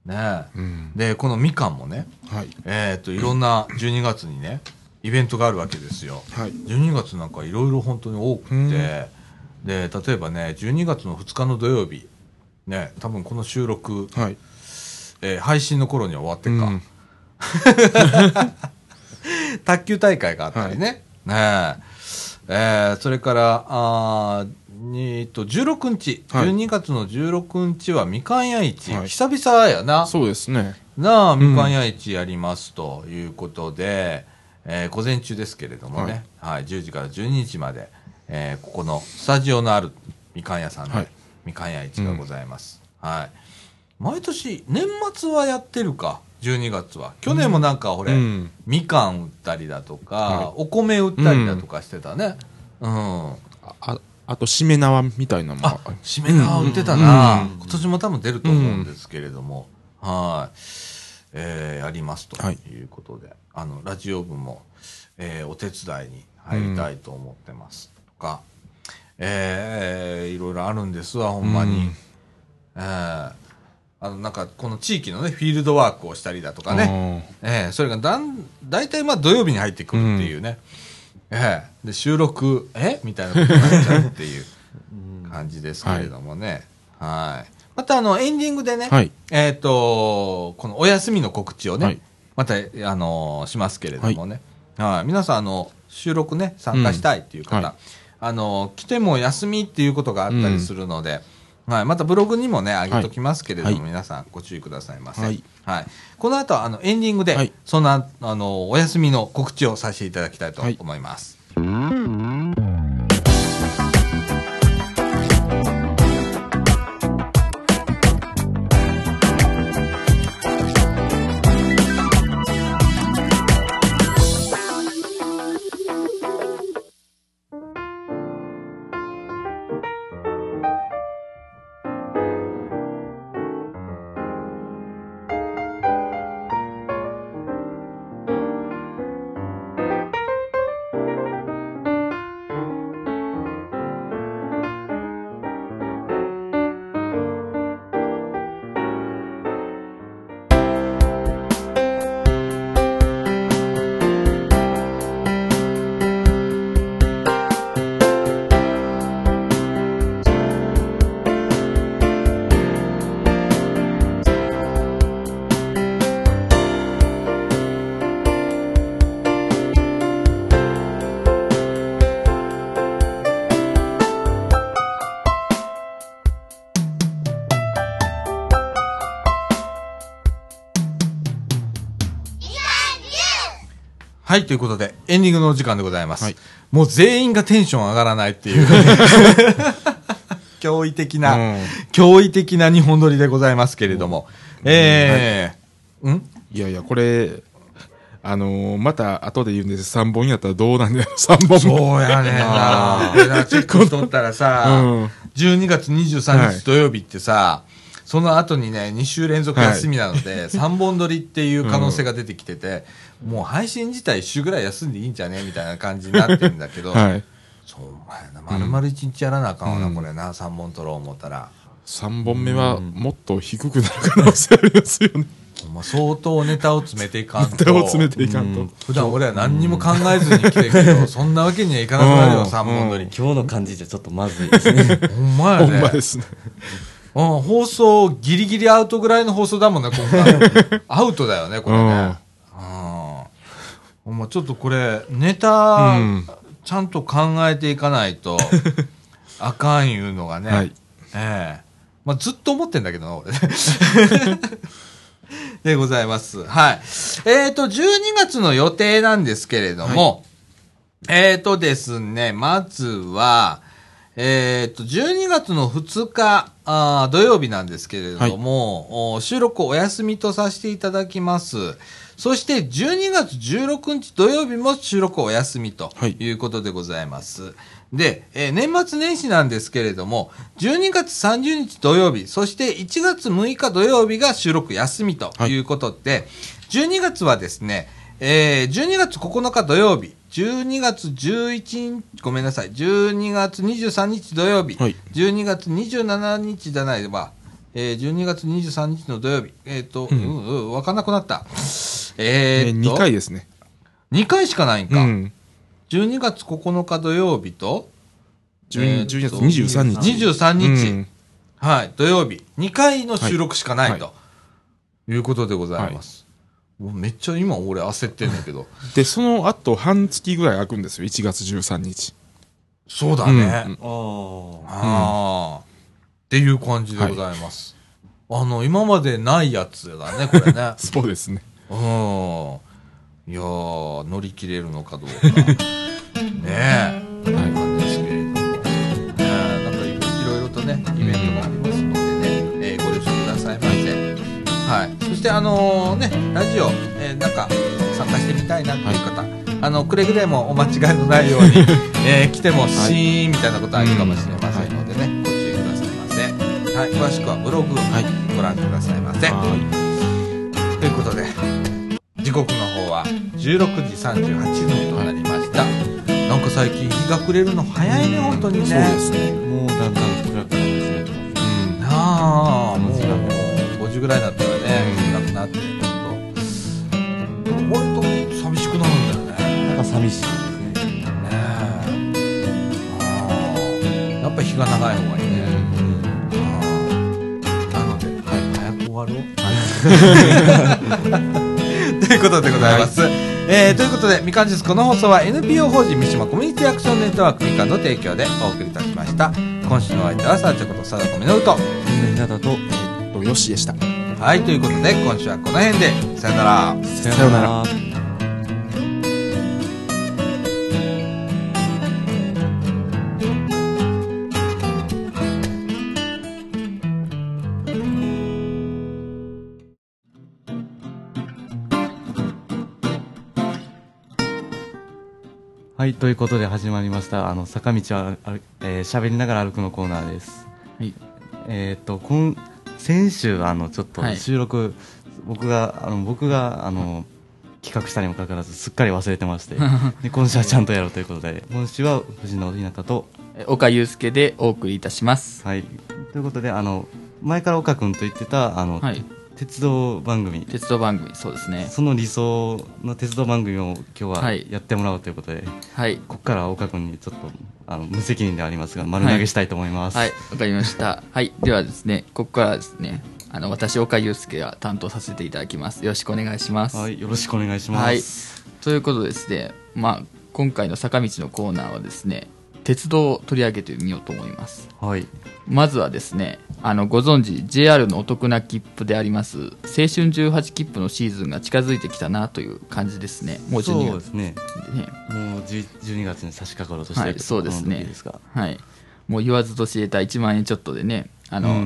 ねえうんで、このみかんもね、はいえっ、と、いろんな12月にね、イベントがあるわけですよ。はい12月なんかいろいろ本当に多くて、うんで例えばね12月の2日の土曜日ね多分この収録、はいえー配信の頃には終わってうるか、ん卓球大会があったりね、ねええーそれからあーにえっと16日、はい12月の16日はみかん屋市、はい久々やなそうですねなあ、みかん屋市やりますということで、えー午前中ですけれどもね、はい、10時から12時まで、えーここのスタジオのあるみかん屋さんで、はいみかん屋市がございます。はい。毎年、年末はやってるか、12月は。去年もなんか、俺、うんみかん売ったりだとか、はいお米売ったりだとかしてたね。うんあああとしめ縄みたいなのもああ、しめ縄売ってたな、うんうん今年も多分出ると思うんですけれども、はい、えーやりますとはいいうことで、あの、ラジオ部も、えーお手伝いに入りたいと思ってますとか、えーいろいろあるんですわ、ほんまに。うんえーあの、なんか、この地域のね、フィールドワークをしたりだとかね、ええそれがだん大体まあ土曜日に入ってくるっていうね、ええで収録えみたいなことになっちゃうっていう感じですけれどもね、はいまたあのエンディングでね、はいえっ、とこのお休みの告知をね、はいまた、あのしますけれどもね、はい皆さんあの収録ね参加したいっていう方、うんはいあの来ても休みっていうことがあったりするので、はい、またブログにもね上げときますけれども、はい皆さんご注意くださいませ。はいはい、この後はあのエンディングで、はいそんなあのお休みの告知をさせていただきたいとはい思います。はい、ということでエンディングのお時間でございます。はいもう全員がテンション上がらないって いう驚異的な、うん驚異的な日本撮りでございますけれども、えーんいやいやこれあのーまた後で言うんです3本やったらどうなんだよ3本もそうやねん な。俺らチェックしとったらさ、うん12月は23い日土曜日ってさ、その後にね、2週連続休みなの で、3本撮りっていう可能性が出てきてて、もう配信自体1週ぐらい休んでいいんじゃねみたいな感じになってるんだけど、はいそう、お前な、丸々1日やらなあかんわな、うんこれな、3本撮ろう思ったら。 3本目はもっと低くなる可能性ありますよ ねほんま相当ネタを詰めていかんと。手を詰めていかんと、普段俺は何にも考えずに来てるけど、そんなわけにはいかなくなるうよ、ん3本撮り。今日の感じじゃちょっとまずいですね。ほんまやほね。んまですねうん、放送ギリギリアウトぐらいの放送だもんね、今 回。アウトだよね、これね。うん。まちょっとこれ、ネタうん、ちゃんと考えていかない と、あかんいうのがね。はいええまあ、ずっと思ってんだけどな、俺。 でございます。はい。えっ、と、12月の予定なんですけれども、えっ、とですね、まずは、えっ、と、12月の2日あー土曜日なんですけれども、お収録お休みとさせていただきます。そして、12月16日土曜日も収録お休みとはいいうことでございます。で、えー年末年始なんですけれども、12月30日土曜日、そして1月6日土曜日が収録休みということで、12月はですね、えー12月9日土曜日、12月11日、ごめんなさい、12月23日土曜日、はい12月27日じゃないわ、えー12月23日の土曜日、えっ、と、うん、うん、わかんなくなった。えーっと、 2回ですね2回しかないんうか。ん12月9日土曜日と、 12 12月23日23日、うんはい、土曜日、2回の収録しかないはいと、い、うことでございます。もうめっちゃ今俺焦ってんだけど。でその後半月ぐらい空くんですよ1月13日そうだね。うん。ああ。ああ、っていう感じでございます。あの、今までないやつだね、これねそうですね。うん。いやー、乗り切れるのかどうか。ねえ。はいなんですけれども。ねえなんかいいろいろとね、イベントがありますのでね、えーご了承くださいませ。はい。そして、あのね、ラジオ、えーなんか参加してみたいなっていう方、あの、くれぐれもお間違いのないように、えー来てもシーンみたいなことあるかもしれませんのでね、ご注意くださいませ。はい。詳しくはブログをはいご覧くださいませ。はということで時刻の方は16時38分となりました、なんか最近日が暮れるの早いね本当にねそうですねもうだんだん暗くなり始めてますなあもうそうだ5時ぐらいになったらね暗くなってちょっと割と寂しくなるんだよねなんか寂しいですねねえああやっぱ日が長い方がいいね、ああなので、早く終わろう。 ということでございます。えーということで、みかんジュースこの放送は NPO 法人三島コミュニティアクションネットワークみかんの提供でお送りいたしました。今週のお相手は、さあちゃことさだこみのると。みんなだととよしでした。はい、ということで、今週はこの辺で、さよなら。さようならはいということで始まりましたあの坂道はあるえー喋りながら歩くのコーナーですはいえっ、と今先週あのちょっとはい収録、僕があの僕があの企画したにもかかわらずすっかり忘れてまして で今週はちゃんとやろうということで今週は藤野稲香とえ岡祐介でお送りいたします。はいということであの前から岡君と言ってたあの、はい。鉄道番組鉄道番組、そうですね。その理想の鉄道番組を今日ははいやってもらおうということで、はい。ここからは岡君にちょっとあの無責任ではありますが丸投げしたいと思います、はい、わかりました。はい。ではですね、ここからはですね、あの、私、岡祐介が担当させていただきます。よろしくお願いします。はいよろしくお願いします、はい。ということでですね、まあ、今回の坂道のコーナーはですね、鉄道を取り上げてみようと思います。はい。まずはですね、あの、ご存知、JR のお得な切符であります、青春18切符のシーズンが近づいてきたなという感じですね。もう12そうで月すね。でね。もう10 12月に差し掛かろうとしてはるい、そうでこすのね時ですか。はい、もう言わずと知れた1万円ちょっとでねああの、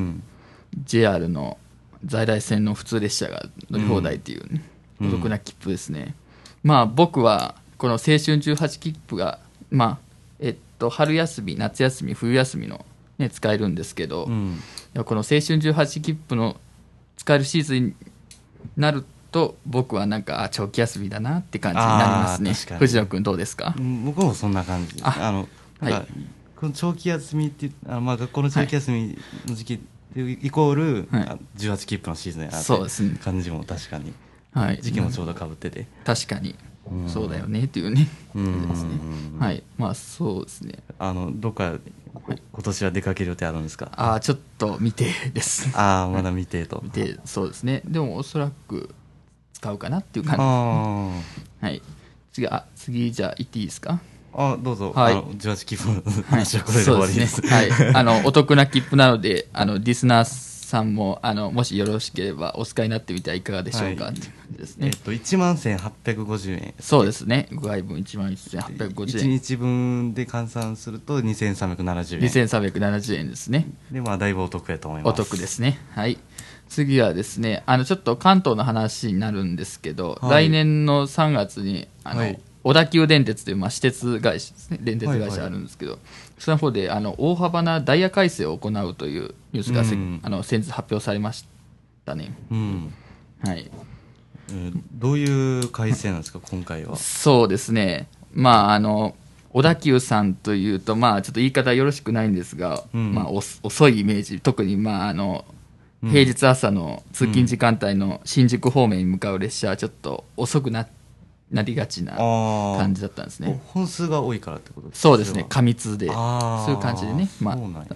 JR の在来線の普通列車が乗り放題っていうね、うんお得な切符ですね、まあ僕はこの青春18切符がまあえっと春休み夏休み冬休みのね使えるんですけど、うん。この青春18切符の使えるシーズンになると僕はなんかあ長期休みだなって感じになりますあねー確かに藤野君どうですか、うん僕もそんな感じです。ああの、なんか、はいこの長期休みって、あのまあ学校の長期休みの時期っていうイコール、はいあ18切符のシーズンやなってそうですね感じも確かに。はい、時期もちょうどかぶってて。確かに、そうだよねっていうね、うんですねうん はいまあそうですねあの、どっか、今年は出かける予定あるんですかああちょっと見てで すああ、まだ未定と。見てそうですねでもおそらく使うかなっていう感あじはい次あ次じゃあ行っていいですかあ。あどうぞ。はいあの18切符のはい話はこれで終わりです。はい あのお得な切符なのであのリスナーさんもあのもしよろしければお使いになってみてはいかがでしょうか、はいっていう感じですえねっと、1万1850円。そうですねご配分1万1850 1円日分で換算すると2370円2370円ですねでまあだいぶお得やと思いますお得ですね。はい。次はですね、あの、ちょっと関東の話になるんですけど、はい来年の3月に、あの、はい小田急電鉄という、まあ、私鉄会社ですね、電鉄は会いは社いあるんですけど、その方で、あの、大幅なダイヤ改正を行うというニュースがせ、うんあの、先日発表されましたね。うん、はい。うんどういう改正なんですか今回はそうですね。まあ、あの、小田急さんというと、まあ、ちょっと言い方よろしくないんですが、うんまあ、お遅いイメージ、特に、まあ、あの、平日朝の通勤時間帯の新宿方面に向かう列車はちょっと遅くななりがちなあ感じだったんですね。本数が多いからってことですかそうですね、それは過密で、あーそういう感じでね、まあそうなんや、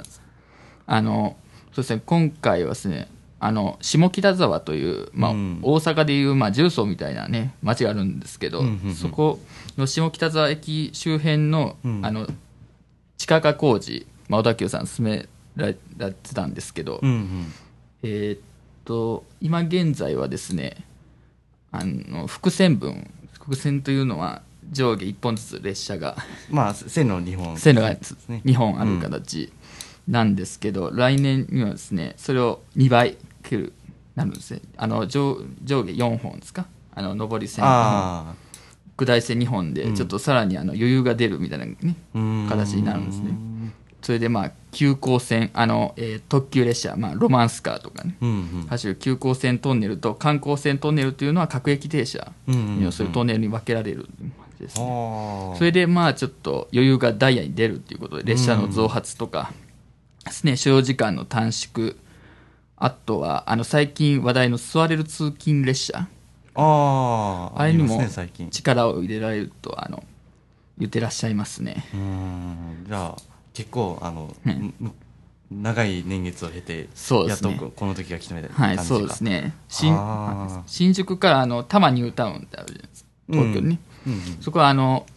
あの、そうですね、今回はですね、あの下北沢という、まあうん大阪でいう、まあ、重曹みたいな、ね、町があるんですけど、うんうんうんそこの下北沢駅周辺の,、うんあの地下化工事、まあ、小田急さん進められてたんですけど、うんえーっと、今現在はですね、あの、複線分、複線というのは上下1本ずつ列車が、まあ線路の2本線路がつね2本ある形なんですけど、来年にはですね、それを2倍くる、なるんですね。あの、上上下4本ですかあの、上り線、あ下り線2本で、ちょっとさらにあの余裕が出るみたいなね、あうん形になるんですねそれでまあ急行線あの、えー特急列車、まあ、ロマンスカーとかね、うんうん走る急行線トンネルと観光線トンネルというのは各駅停車うんうんうんにするトンネルに分けられるっていう感じですね、あそれでまあちょっと余裕がダイヤに出るっていうことで列車の増発とかですね所要時間の短縮あとはあの最近話題の座れる通勤列車あああれにりもますね最近力を入れられるとあの言ってらっしゃいますねうんじゃあ結構あの、ねむ長い年月を経てそうでやっすねとここの時が来たみたいな感じはい、かそうですね。新あー新宿からあの多摩ニュータウンってあるじゃないですか、東京にね。うんうんそこはあの、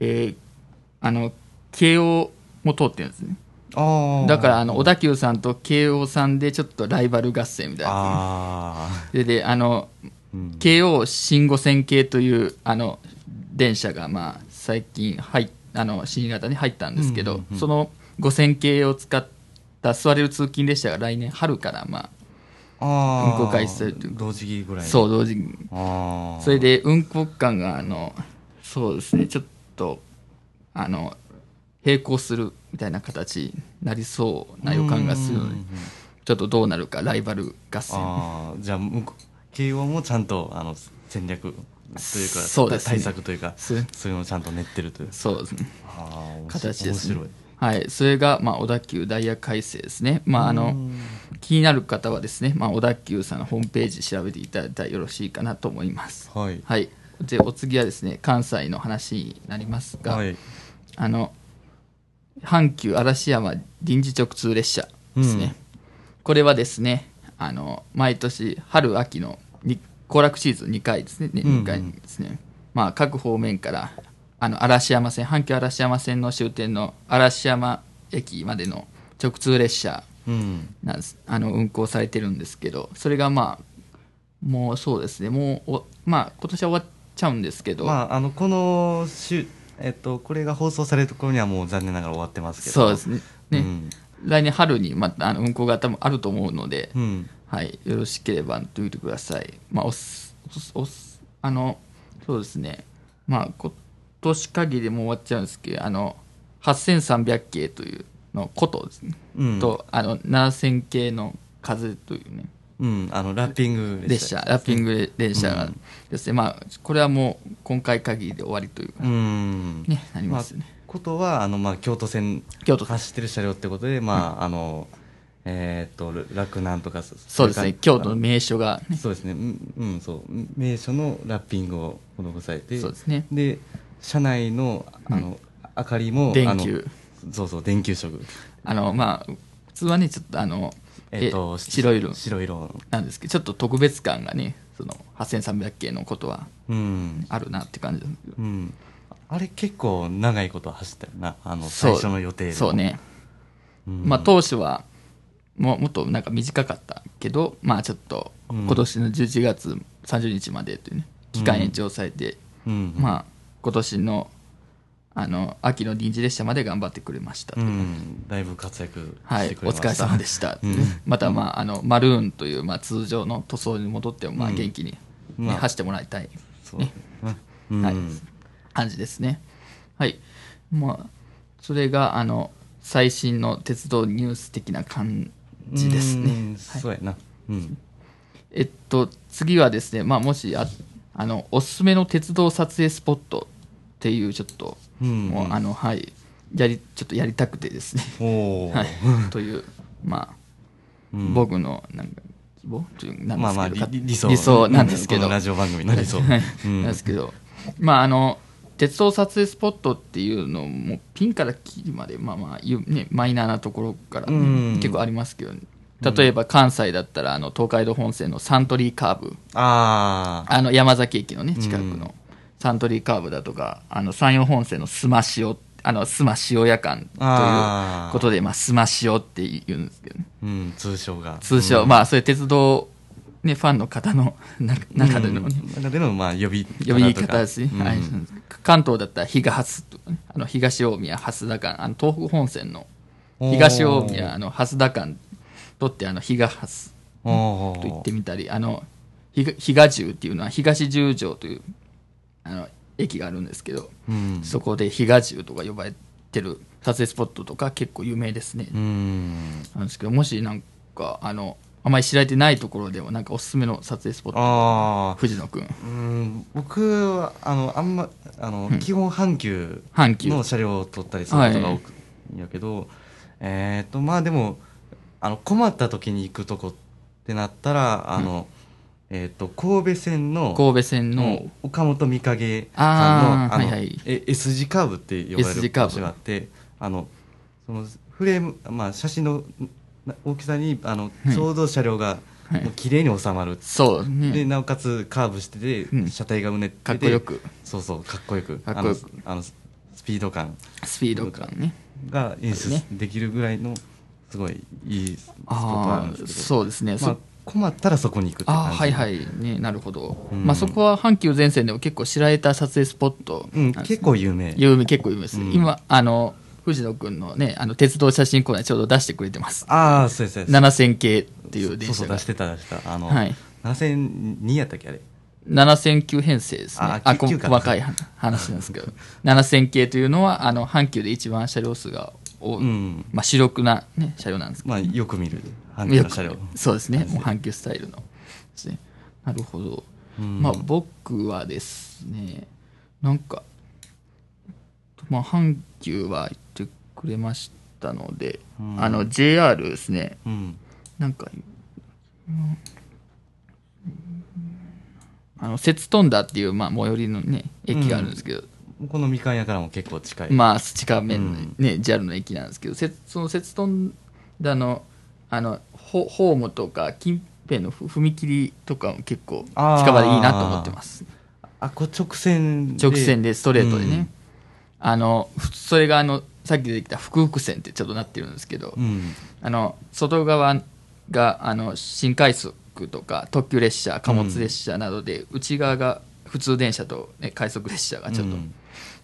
えーあの、慶応も通ってるんですね。ああだからあの、小田急さんと慶応さんでちょっとライバル合戦みたいな。あそれで、あの、ーうん慶応新五線系という、あの、電車が、まあ、最近入っ、あの、新潟に入ったんですけうど、んうんうんその五線系を使った座れる通勤列車が来年春から、まあー運行開始するという同時期ぐあ、らいそうう、同時にああそれで運行区間があのそうですねちょっとあの並行するみたいな形になりそうな予感がするのでうんうんうんちょっとどうなるかライバル合戦ああじゃあ向こう慶応もちゃんとあの戦略というかそうですね対策というかすそういうのをちゃんと練ってるというそうですねあー形ですね面白いはいそれが、まあ、小田急ダイヤ改正ですねまああの気になる方はですね、まあ、小田急さんのホームページ調べていただいたらよろしいかなと思いますはいはいでお次はですね関西の話になりますが、はいあの阪急嵐山臨時直通列車ですね、これはですねあの毎年春秋のに行楽シーズン2回ですねねうんうん2回ですね、まあ各方面からあの嵐山線阪急嵐山線の終点の嵐山駅までの直通列車うんなんですあの運行されてるんですけどそれがまあもうそうですねもうおまあ今年は終わっちゃうんですけど、まああのこの週えっとこれが放送されるところにはもう残念ながら終わってますけどそうですねね、うん来年春にまたあの運行が多分あると思うので、うんはい、よろしければと言ってください。まあ、おす、おす、おす、あの、そうですね。まあ、今年限りでもう終わっちゃうんですけど、あの、8300系というの、ことですね。うんと、あの、7000系の風というね、うんあのラッピング列車、ラッピング列車がですね、まあ、これはもう今回限りで終わりというか、うんね、なりますね。あ、ことはあの、まあ、京都線京都走ってる車両ってことで、まああのえーっとら洛南とかそそうですね、いか京都の名所が、ね、そうですねうん、うん、そう名所のラッピングを施されてそうですねで車内のあの、明かりも電球あのそうそう電球色あの、まあ、普通はね、ちょっとあの、えーっとし白色白色なんですけど、ちょっと特別感がね、その8300系のことはうんあるなって感じなんですけどうんあれ結構長いこと走ったよなあのそ最う初の予定よりもそうね。うんまあ当初はもう、もっとなんか短かったけど、まあちょっとうん今年の11月30日までというね、期間延長されて、うんまあ今年のあの秋の臨時列車まで頑張ってくれましたと。うん、だいぶ活躍はしいて、くおれました、疲れ様でした。うんまた、まあ、あの、マルーンという、まあ、通常の塗装に戻っても、まあ、元気に、ねまあ走ってもらいたい。そううんはい、感じですね。はい。まあ、それが、あの、最新の鉄道ニュース的な感じですうね。んそうやな。うん。えっと、次はですね、まあ、もしあ、あの、おすすめの鉄道撮影スポットっていう、ちょっと、うんもう、あの、はい、やり、ちょっとやりたくてですね。おお。はい。という、まあ、うん僕の、なんか、希望という、なんですけど、まあまあ理か理想理想なんですけこどの。ラジオ番組の理想。はいうんなんですけど、まああの鉄道撮影スポットっていうのもピンからキリまでまあまあゆねマイナーなところから、ねうん結構ありますけど、ね、例えば関西だったらあの東海道本線のサントリーカーブああ。あの山崎駅のね近くのサントリーカーブだとかあの山陽本線の須磨塩あの須磨塩屋間とあいうーことでまあ須磨塩って言うんですけどねうん通称が。通称、まあそういう鉄道ね、ファンの方のな中でのね、うん中での、まあ、呼び呼び方ですね、うんはい関東だったら東とかね、あの東大宮蓮田間あの東北本線の東大宮あの蓮田間とってあの東蓮おーと言ってみたりあのひが東十っていうのは東十条というあの駅があるんですけど、うんそこで東十とか呼ばれてる撮影スポットとか結構有名ですね、うんなんですけどもしなんかあのあまり知られてないところでもなんかおすすめの撮影スポットああ藤野くんうん僕はあのあんまあの、基本阪急阪急の車両を取ったりすることが多いんやけど、えっ、とまあでもあの困った時に行くとこってなったらあの、えっ、と神戸線の神戸線の、うん岡本美影さんあーのあの、はいはいえ S 字カーブって呼ば S れ字るカーブ場所があってあのそのフレーム、まあ、写真のな大きさにあの、はいちょうど車両がはいもう綺麗に収まる、そうでねなおかつカーブしてて、うん車体がうねっててかっこよくそうそうかっこよくかっこよくあのあのスピード感スピード感ねが演出ねできるぐらいのすごいいいスポットなあんあですけどそうですね、まあそ、困ったらそこに行くってあ感あじはいはいねなるほど、うんまあそこは阪急全線でも結構知られた撮影スポットうん、なんです結構有名有名結構有名です、うん今あの藤野くんのねあの鉄道写真コーナーにちょうど出してくれてますああそうですそうです7000系っていう電そうそ車うが出してた出してたあの、はい7002やったっけあれ7000級編成ですねああこ9か細かい話話なんで すけど7000系というのはあの阪急で一番車両数が多い、うんまあ、主力な、ね、車両なんですけどまあよく見る阪急の車よ両くそうですねもう阪急スタイルのですねなるほど、うんまあ僕はですねなんかまあ阪急は言ってくれましたので、うんあの JR ですねうんなんかうんあの摂頓田っていう、まあ、最寄りのね駅があるんですけど、このみかん屋からも結構近い、まあ近めのうんね、JAL の駅なんですけどせその摂頓田のあのホホームとか近辺のふ踏切とかも結構あー近場でいいなと思ってますあこう直線で直線でストレートでね、うんあのふそれがあのさっき出てきた福々線ってちょっとなってるんですけど、うんあの外側があの新快速とか特急列車貨物列車などで、内側が普通電車と、ね、快速列車がちょっとうん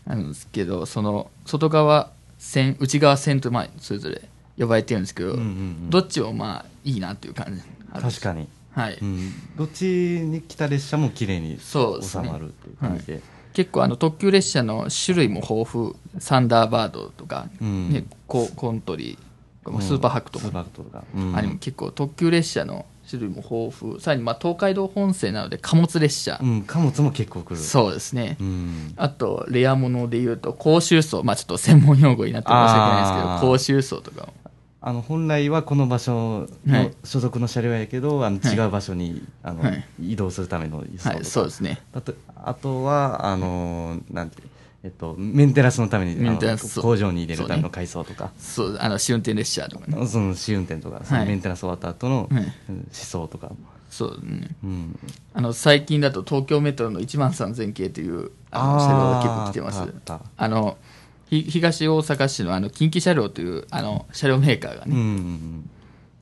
あるんですけど、その外側線内側線とまあそれぞれ呼ばれてるんですけど、うんうんうんどっちもまあいいなという感じある確かに、はい、うん、どっちに来た列車も綺麗にそうです収ねまるっていう感じで結構あの特急列車の種類も豊富サンダーバードとか、うんね、ココントリー、うんスーパーハクトスーもパーハクトとか、うんあれも結構特急列車の種類も豊富さらにまあ東海道本線なので貨物列車、うん、貨物も結構来るそうですね、うん、あとレアもので言うと甲州層まあちょっと専門用語になって申し訳ないですけあどー甲州層とかもあの本来はこの場所はのい所属の車両やけど、あのはい違う場所に、あのはい移動するための輸送とか、はいそうですねあとあとはあのーなんてえっとメンテナンスのためにあのメンテナンスそう工場に入れるためそうのね改装とかそうあの試運転列車とかそ,、ねの試運転とか、そのメンテナンス終わった後の、はいうん思想とか、そうねうん、あの最近だと東京メトロの1万3000系というあのあー車両が結構来てまあっすたあっあたのひ東大阪市のあの近畿車両というあの車両メーカーがうね、ん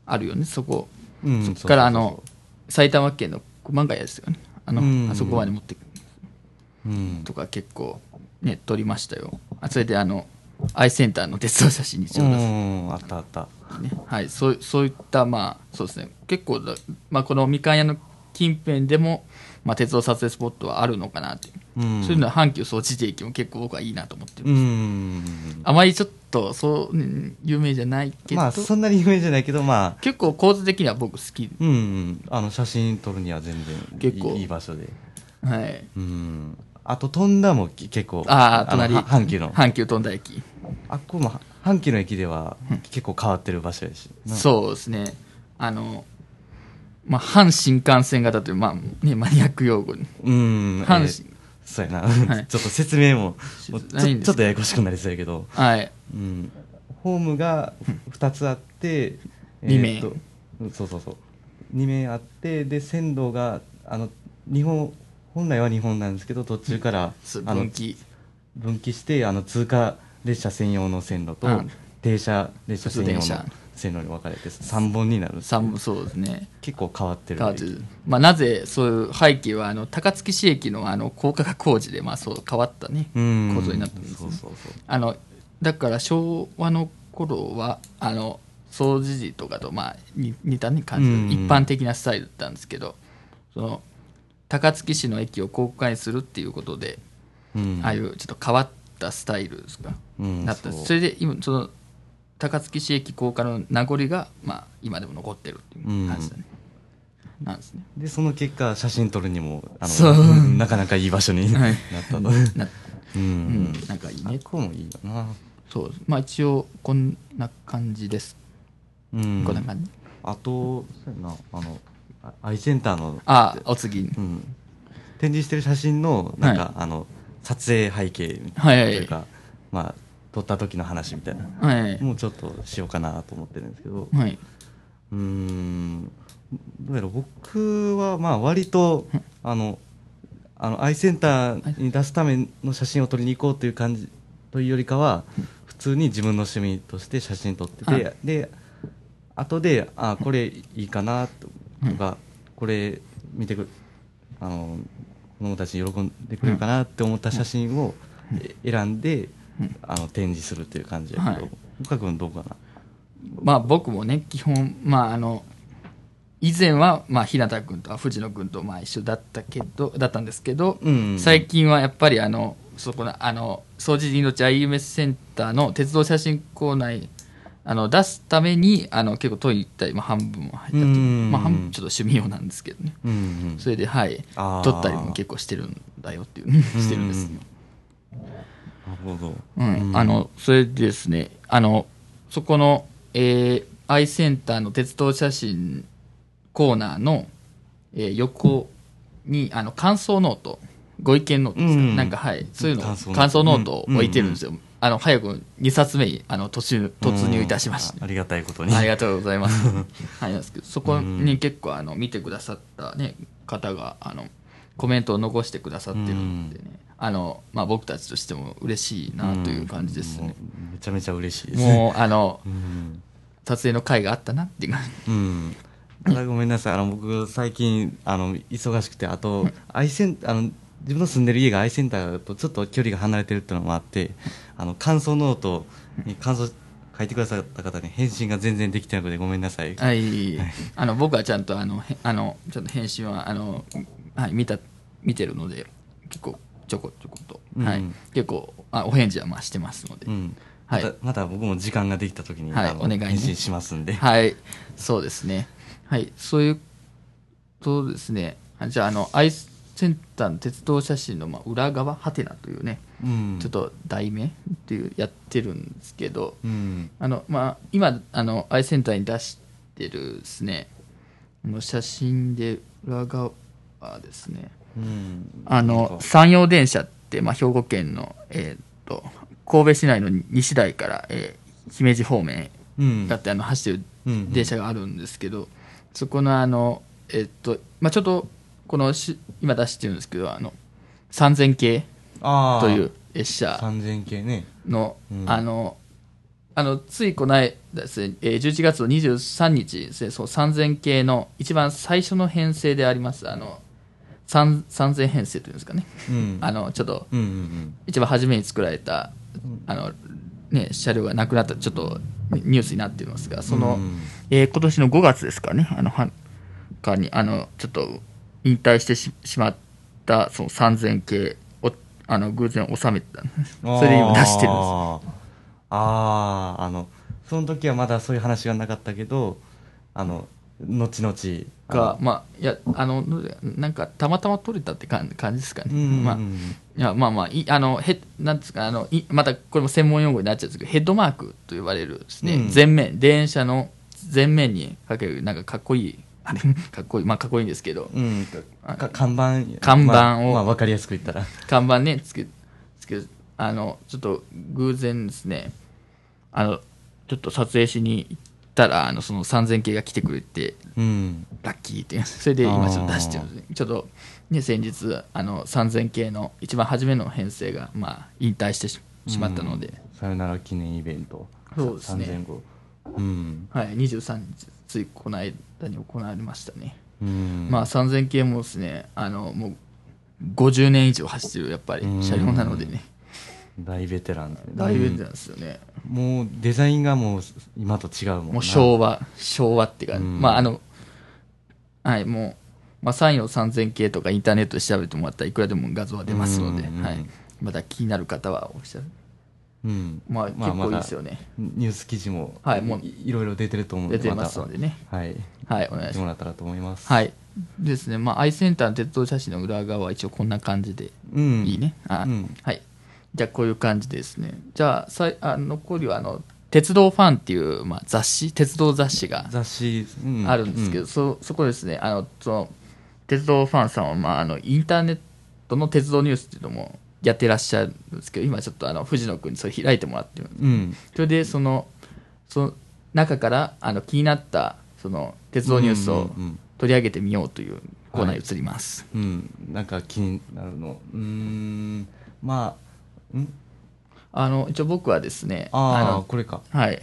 あるよねそこうん、そこからあそうそうの埼玉県の熊谷ですよねあの、うんあそこまで持ってくそううんとか結構ね撮りましたよあそれであのアイセンターの鉄道写真にちょうどね、うんあったあったはい、そうそういったまあそうですね結構だ、まあ、このみかん屋の近辺でも、まあ、鉄道撮影スポットはあるのかなっていう、うんそういうのは阪急総知事駅も結構僕はいいなと思ってる、うんあまりちょっとそう、ね有名じゃないけど、まあそんなに有名じゃないけどまあ結構構図的には僕好き、うんうん、あの写真撮るには全然いい結構いい場所で、はい、うん、あと飛んだもき結構ああの隣は阪急の阪急飛んだ駅あっこもは阪急の駅では結構変わってる場所やし、そうですね。あの、まあ、阪新幹線型という、まあ、ね、マニアック用語に。うん阪神えーそうやな、い ちょっと説明もしもうちょないんですけどちょっとややこしくなりそうやけど、はい。うん、ホームが2つあって二面えーっとそうそうそう2面あってで線路があの日本本来は日本なんですけど途中からそうあの分岐。分岐してあの通過列車専用の線路とうん停車列車専用の普通電車線路に分かれて3本になる三本そうですね結構変わってる変わってるまあ、なぜそういう背景はあの高槻市駅のあの高架化工事で、まあ、そう変わったねうん構造になってるんですそねうそうそうあのだから昭和の頃はあの総除時とかとまあに似た、ね、感じのうん一般的なスタイルだったんですけどその高槻市の駅を公開するっていうことで、うんああいうちょっと変わったスタイルですか、うんなったんですそうそれで今その高槻市駅高架の名残が、まあ、今でも残ってるっていう感じだね、なんですねでその結果写真撮るにもあそうのなかなかいい場所にはないったのなううんん、なんかいいね猫もいいよなそうまあ一応こんな感じです、うんこんな感じあとそうやなあのあアイセンターのああお次にうん、展示してる写真のなんか、はいあの撮影背景みはたいいはないというか、まあ撮った時の話みたいなはいもうちょっとしようかなと思ってるんですけどはい、うーんどうやら僕はまあ割とあのあのアイセンターに出すための写真を撮りに行こうという感じというよりかは普通に自分の趣味として写真撮ってはてで後であこれいいかなとうんとかこれ見てくるあの子供たちに喜んでくれるかなって思った写真をえ選んでうんあの展示するという感じやけはどい岡君どうかなまあ僕もね基本まああの以前はまあ日向君と藤野君とまあ一緒だったけどだったんですけど、うん最近はやっぱりあのそこのあの掃除命 IMS センターの鉄道写真コーナーにあの出すためにあの結構トイレ行ったり、まあ、半分も入ったりうんまあ、半分ちょっと趣味用なんですけどねうんうんそれではいあー撮ったりも結構してるんだよっていうしてるんですよ、なるほど。うん、あの、それでですね、あの、そこの、えー、アイセンターの鉄道写真コーナーの、えー横に、あの、感想ノート、ご意見ノートですか、うんなんか、はい、そういうの、感想ノート感想ノートを置いてるんですよ。あの、早く2冊目に、あの、突入、突入いたしましたうん。あありがたいことに。ありがとうござ います。はい、なんですけど、そこに結構あの見てくださったね方があのコメントを残してくださってるんでね、あのまあ僕たちとしても嬉しいなという感じですね。うん。もうめちゃめちゃ嬉しいです。もうあのうん。撮影の会があったなっていう感じ。うん。ただごめんなさい。あの、僕、最近、あの、忙しくて、あと、アイセンあの、自分の住んでる家がアイセンターとちょっと距離が離れてるっていうのもあって、あの、感想ノートに感想書いてくださった方に返信が全然できてなくてごめんなさい。はい、あの僕はちゃんとあのへあのちゃんと返信はあのはい見た見てるので結構ちょこちょこと、うんはい結構あお返事はまあしてますので。うん。はいまた、また僕も時間ができた時に、はいあのお願いね返信しますんで。はい、そうですね。はい、そういうとですね、あじゃあ、あの、アイスセンターの鉄道写真のまあ裏側、ハテナというね、うん。ちょっ。と題名っていうやってるんですけど、うん。あの、まあ、今、あの、アイスセンターに出してるですね、あの写真で裏側ですね、うん。あなんのか山陽電車って、まあ、兵庫県の、えーっと神戸市内の西台から、えー姫路方面うんだってあの走ってうんうるん電車があるんですけど、そこのあの、えーっとまあ、ちょっとこのし今出してるんですけどあの3000系ああ。という列車3000系ね。のあ,、うんのあのついこの間ですね、えー11月の23日ですねそう3000系の一番最初の編成でありますあの三3000編成というんですかねうん。あのちょっとうんうん一番初めに作られたあの、ね、車両がなくなったちょっとニュースになっていますがその、うんえー今年の5月ですかねあのはかにあのちょっと引退してししまったその3000系をあの偶然収めてたんですうん。それで今出してるんですあーあー、あの、その時はまだそういう話がなかったけど、あの、後々。がまあいやあのなんかたまたま取れたって感感じですかね、あの、うん、まあ、まあいやまあまあいあのヘッなんですかあのいまたこれも専門用語になっちゃうんですけどヘッドマークと呼ばれるですね、うん前面電車の前面にかけるなんかかっこいいあれ かっこいいまあかっこいいんですけどうん、かか看板。看板をまあ、わ、かりやすく言ったら。看板ねつけつけあのちょっと偶然ですねあのちょっと撮影しに行ったらあのその3000系が来てくれてうん。ラッキーって それで今ちょっと出してるんですねちょっとね先日あの3000系の一番初めの編成がまあ引退してししまったので、さよなら記念イベント。そうですね3000号。うん。はい、23日、ついこの間に行われましたね。うん。まあ、3000系もですね、あの、もう、50年以上走ってる、やっぱうんり、車両なのでね、大ベテラン。大ベテランですよね。もうデザインがもう今と違うもんな。もう昭和、昭和って感じ。うんまあ、あの、はい、もう、まあ、34 3000系とかインターネットで調べてもらったらいくらでも画像は出ますので、うんはい。まだ気になる方は、おっしゃる。うん。まあ、結まあまだ構いいですよね。ニュース記事も、はいもういいろいろ出てると思うん出てますのでね。たはい。はい、お願見いてしもらます。ったらと思います。はい。ですね、まあ、アイセンターの鉄道写真の裏側は一応こんな感じで、うん。いいね。あうんはい。じゃあ、こういう感じですね。じゃあ、さいあ残りは、あの、鉄道ファンっていう、まあ、雑誌、鉄道雑誌が雑誌、うあるんですけど、そ、そこですね、あの、その、鉄道ファンさんは、まあ、あの、インターネットの鉄道ニュースっていうのもやってらっしゃるんですけど、今ちょっと、あの、藤野くんにそれ開いてもらってるんです。うん。それで、その、その中から、あの、気になった、その、鉄道ニュースをうんうんうん取り上げてみようというコーナーに移ります。うん。うん。なんか気になるの。うーん。まあ、んあの、一応僕はですね、あのあ、これか。はい。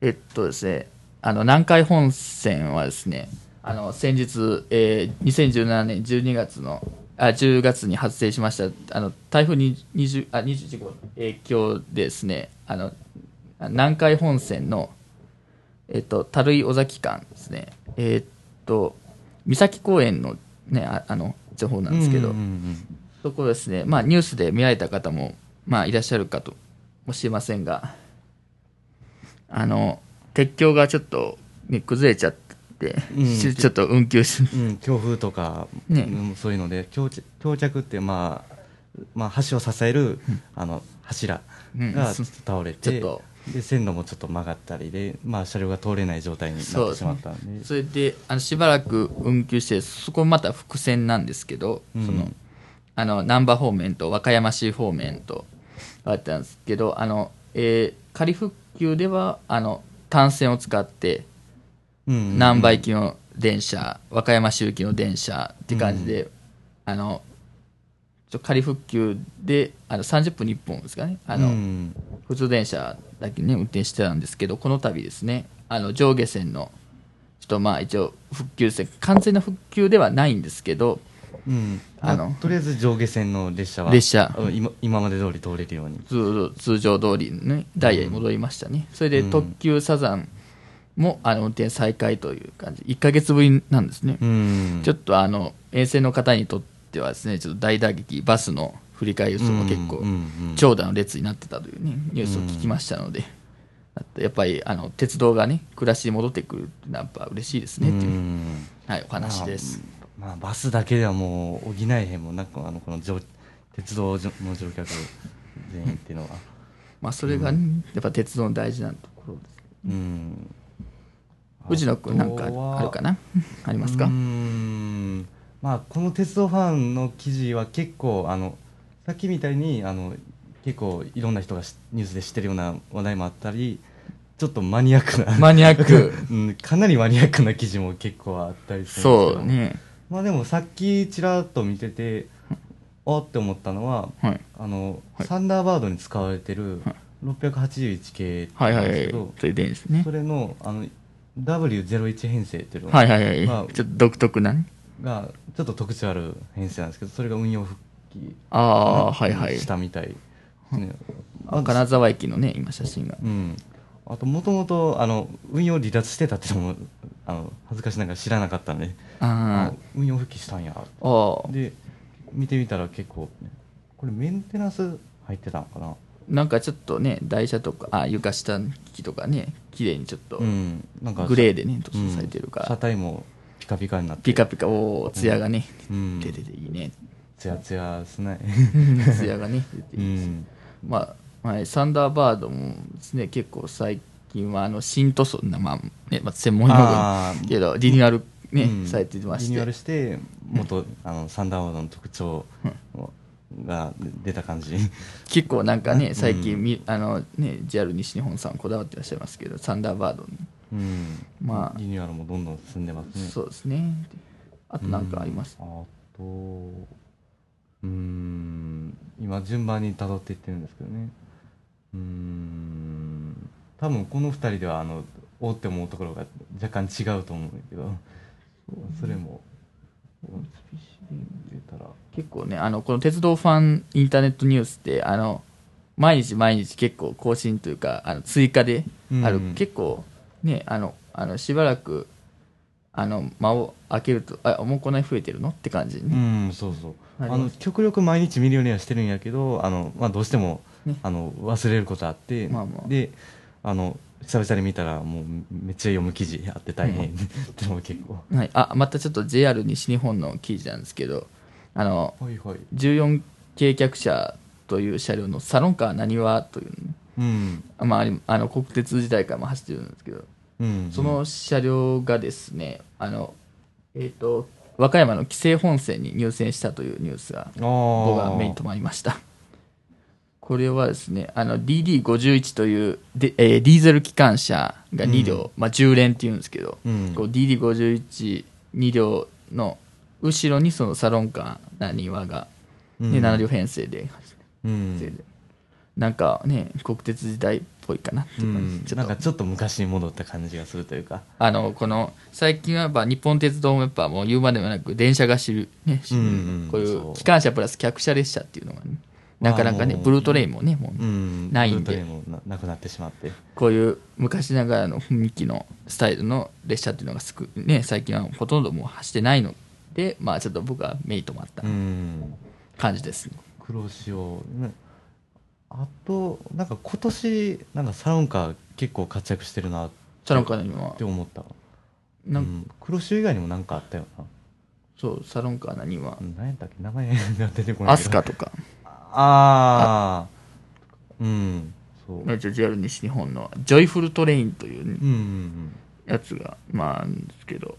えっとですね、あの、南海本線はですね、あの、先日、えー2017年12月の、あ、10月に発生しました、あの、台風に20、あ、21号の影響でですね、あの、南海本線の、えっと、樽井尾崎間ですね、えっと、三崎公園のね、ああの、情報なんですけど、うんうんそこですね、まあ、ニュースで見られた方も、まあ、いらっしゃるかともしれませんが、あの、鉄橋がちょっと、ね、崩れちゃって、うんしちょっと運休し、うん、うん強風とか、ねうんそういうので、橋脚橋脚って、まあ、まあ、橋を支える、あの、柱うんがそ倒れちょて、っとで、線路もちょっと曲がったりで、まあ、車両が通れない状態になそうってですしねまったんで、それで、あの、しばらく運休して、そこまた伏線なんですけど、うんその、あの、難波方面と和歌山市方面と、あったんですけど、あの、えー仮復旧では、あの、単線を使って、うん何倍機の電車、和歌山周期の電車って感じで、あの、ちょ仮復旧で、あの、30分に1本ですかね、あの、うん普通電車だけね、運転してたんですけど、この度ですね、あの、上下線の、ちょっとまあ一応、復旧線、完全な復旧ではないんですけど、うんあのまとりあえず上下線の列車は列車うん今今まで通り通れるように通通常通りのね、ダイヤに戻りましたね。それでうん特急サザンも、あの、運転再開という感じ、1ヶ月ぶりなんですね。うんちょっとあの沿線の方にとってはですねちょっと大打撃バスの振り替え輸送が結構うんうんうん長蛇の列になってたというねニュースを聞きましたので、あとやっぱりあの鉄道がね暮らしに戻ってくるってのはやっぱ嬉しいですねっていう、うんはい、お話です、まあ、まあバスだけではもう補えへんもんなんかあのこの乗鉄道の乗客全員っていうのはまあ、それが、ねやっぱ鉄道の大事なところですうん藤野君なんかあるかなありますか、うーんまあこの鉄道ファンの記事は結構あのさっきみたいにあの結構いろんな人がしニュースで知ってるような話題もあったりちょっとマニアックなマ ニアックうん、かなりマニアックな記事も結構あったりするんですけそどうねまあでもさっきちらっと見ててあって思ったのははいあの、はいサンダーバードに使われてるはい681系はいなんはいですけはいどそれでいいですねそれのあの W01 編成っていうのがはいはいはい、まあちょっと独特なねがちょっと特徴ある編成なんですけどそれが運用復帰ああはいはいしたみたいですね、あ金沢駅のね今写真がうん、あともともとあの運用離脱してたってのもあの恥ずかしながら知らなかったんで、ああ運用復帰したんやあああで見てみたら結構これメンテナンス入ってたのかななんかちょっとね台車とかあ床下の機器とかね綺麗にちょっとうんなんかグレーでね塗うん装されてるから、車体もピカピカになってピカピカおお艶がね、うん出てていいねツヤツヤです ね艶がね出てういいです、んまあ、はい、サンダーバードもですね結構最近はあの新塗装なまあ、ねまあ、専門用語あーだけどリニューアルね、うんされてましリニューアルてして元、あのサンダーバードの特徴が出た感じ、結構なんかね最近み、あのね JR 西日本さんこだわってらっしゃいますけどサンダーバードにうんまあリニューアルもどんどん進んでますねそうですねあとなんかあります、あとうん今順番に辿っていってるんですけどねうーん多分この2人ではあのおって思うところが若干違うと思うんだけどそれも出たら結構ね、あの、この鉄道ファンインターネットニュースって、あの、毎日毎日結構更新というか、あの追加である、うん結構ね、あの、あのしばらく、あの、間を空けると、あ、もうこんなに増えてるのって感じうね。んそうそうなりあますの極力毎日見るようにはしてるんやけどあの、まあ、どうしても、ねあの忘れることあって、まあまあであの久々に見たらもうめっちゃ読む記事 あって大変、でも結構はい。あ、またちょっと JR 西日本の記事なんですけど、あの、はいはい14系客車という車両のサロンカーなにわというね、うんまああり、あの国鉄時代からも走ってるんですけど、うんその車両がですね、あの、えっ、と、和歌山の紀勢本線に入線したというニュースが、あー僕は目に留まりました。これはですね、あの DD51 というで、えーディーゼル機関車が2両、まあ10連っていうんですけど、うんこう DD51、2両の後ろにそのサロンカーな庭が、ねうん7両編成でうんでなんかね、国鉄時代っぽいかなっていう感じ、うんちょなっんとかちょっと昔に戻った感じがするというかあの、この、最近はやっぱ日本鉄道もやっぱもう言うまでもなく電車が知る、ね、うんうんこういそうう機関車プラス客車列車っていうのがね、なかなかね、あのーブルートレインもね、もうう、んないんでブルートレインもななくなってしまってこういう昔ながらの雰囲気のスタイルの列車っていうのがすく、ね、最近はほとんどもう走ってないので、まあちょっと僕は目に留まったうん感じですね。黒潮ねあとなんか今年なんかサロンカー結構活躍してるなっサロンカーの今はて、思ったなんうん黒潮以外にも何かあったよなそう、サロンカーの今はう、ん何やったっけ名前が出てこないアスカとか、ああうんそううん一応 JR 西日本のジョイフルトレインというね、うんうんやつが、まあ、あるんですけど、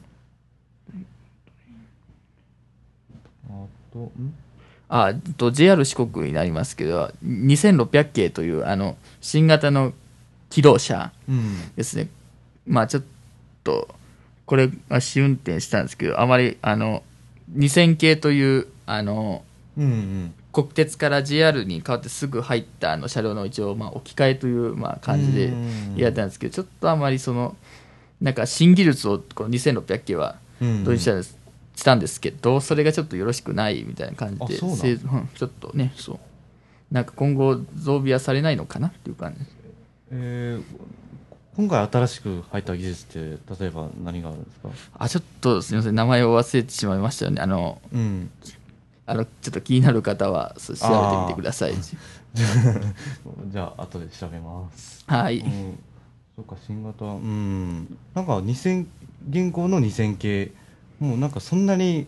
あとんあと JR 四国になりますけど2600系というあの新型の機動車うんですねまあちょっとこれは試運転したんですけどあまりあの2000系というあのうんうん国鉄から JR に変わってすぐ入ったあの車両の一応、まあ、置き換えという、まあ、感じでうんやったんですけどちょっとあまりそのなんか新技術をこの2600系はうん導入したんです,、したんですけどそれがちょっとよろしくないみたいな感じであそうなんせいうんちょっとねそうなんか今後増備はされないのかなっていう感じえー今回新しく入った技術って例えば何があるんですかあちょっとすみません名前を忘れてしまいましたよねあのうん あのちょっと気になる方はそう調べてみてくださいじゃあ後で調べます。はい、うん、そうか新型うんなんか2000現行の2000系もうなんかそんなに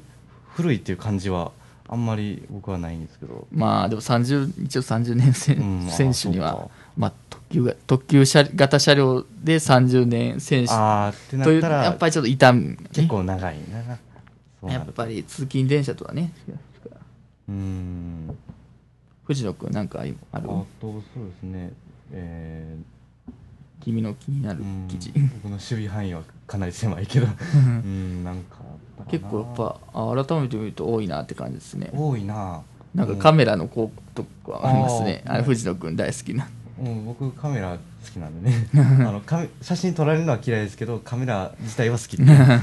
古いっていう感じはあんまり僕はないんですけど。まあでも30一応30年選,、うんあ選手にそうはかまあ特急が特急車型車両で30年選手ああってなといっうたやらっぱりちょっと痛み、ね、結構長いな。そうなやるっとぱり通勤電車とはねうん。藤野君なんかありああるとそうですね。えー君の気になる記事うん僕の守備範囲はかなり狭いけどうんなんかあったかな 結構やっぱあ改めて見ると多いなって感じですね多いななんかカメラの広告とかありますねあーあの藤野君大好きなうん、僕カメラ好きなん でねあのカメ写真撮られるのは嫌いですけどカメラ自体は好きっていうだ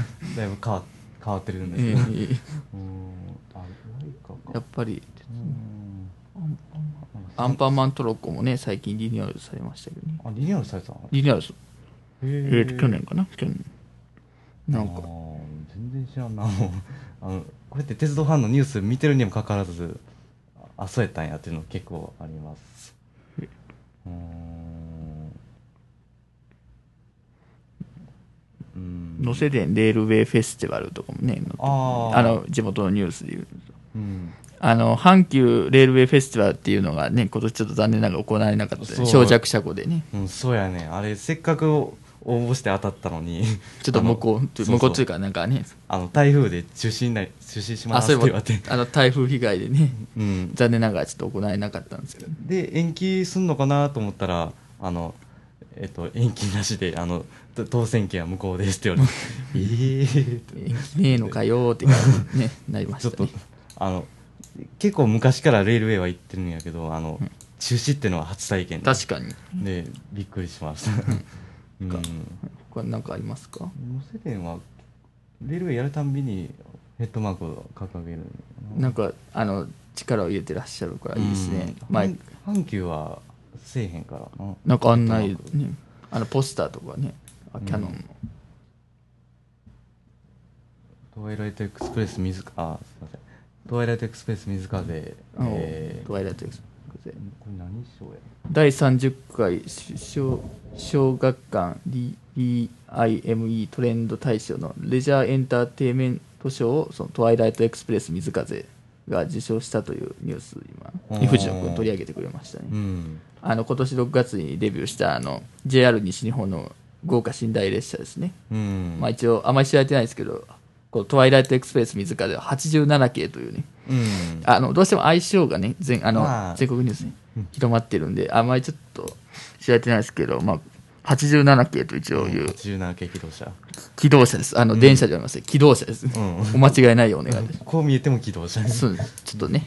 いぶ変わ変わってるんですけど、ええうんあないかやかっぱりうんアンパンマントロッコもね最近リニューアルされましたけどねあリニューアルされてたのリニューアルすええーと去年かな去年なんあかー全然知らんなもうあのこれって鉄道ファンのニュース見てるにもかかわらずあそうやったんやっていうの結構ありますうんうん能勢電レールウェイフェスティバルとかもね載ってあーあの地元のニュースで言うとうんあの阪急レールウェイフェスティバルっていうのがね今年ちょっと残念ながら行われなかったそうね漂着車庫でねうん、そうやねあれせっかく応募して当たったのにちょっと向こあのうそう向こうとそいううかなんかねあの台風で中止になり中止しまあすっそうていえ言わばれてあの台風被害でねうん残念ながらちょっと行えなかったんですけどで延期すんのかなと思ったらあのえっと延期なしであのと当選権は無効ですって 言われてええってねえのかよーって感 じに、ね、なりまちょっしたとねあの結構昔からレールウェイは行ってるんやけどあの、中止っていうのは初体験で確かにでびっくりしましたうんこれ何かありますかノセデンはレールウェイやるたんびにヘッドマークを掲げるなんかあの力を入れてらっしゃるからいいですね、うん前阪阪急はせえへんからななんか案内、ね、あのポスターとかねあキャノンの、トワイライトエクスプレス水かあすいませんトワイライトエクスプレス水風あのえートワイライトエクスプレスこれ何章や第30回し小小学館 DIME トレンド大賞のレジャーエンターテイメント賞をそのトワイライトエクスプレス水風が受賞したというニュースお今ー井藤野君取り上げてくれましたね、うんあの今年6月にデビューしたあの JR 西日本の豪華寝台列車ですね、うんまあ一応あまり知られてないですけどこのトワイライトエクスプレス水風は87系というねうんあのどうしても相性がね全あの、まあ全国ニュースに広まってるんであんまりちょっと知られてないですけど、まあ、87系と一応いう17系機動車機動車ですあの、電車じゃありません機動車です、お間違いないようお願いしまこう見えても機動車ですすそうですちょっとね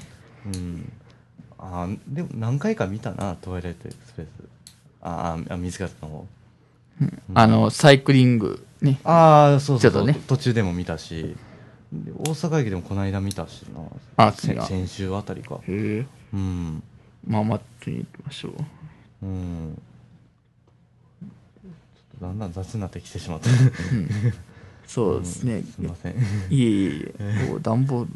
うんあーでも何回か見たなトワイライトエクスプレスあーあ水風の方あのサイクリングねああそうそうちそょっう、とね途中でも見たしで大阪駅でもこの間見たしなあせ違う先週あたりかへえうんまあ待っていきましょううんちょっとだんだん雑になってきてし まったそうですね、すいませんいえいえいえ、お段ボール。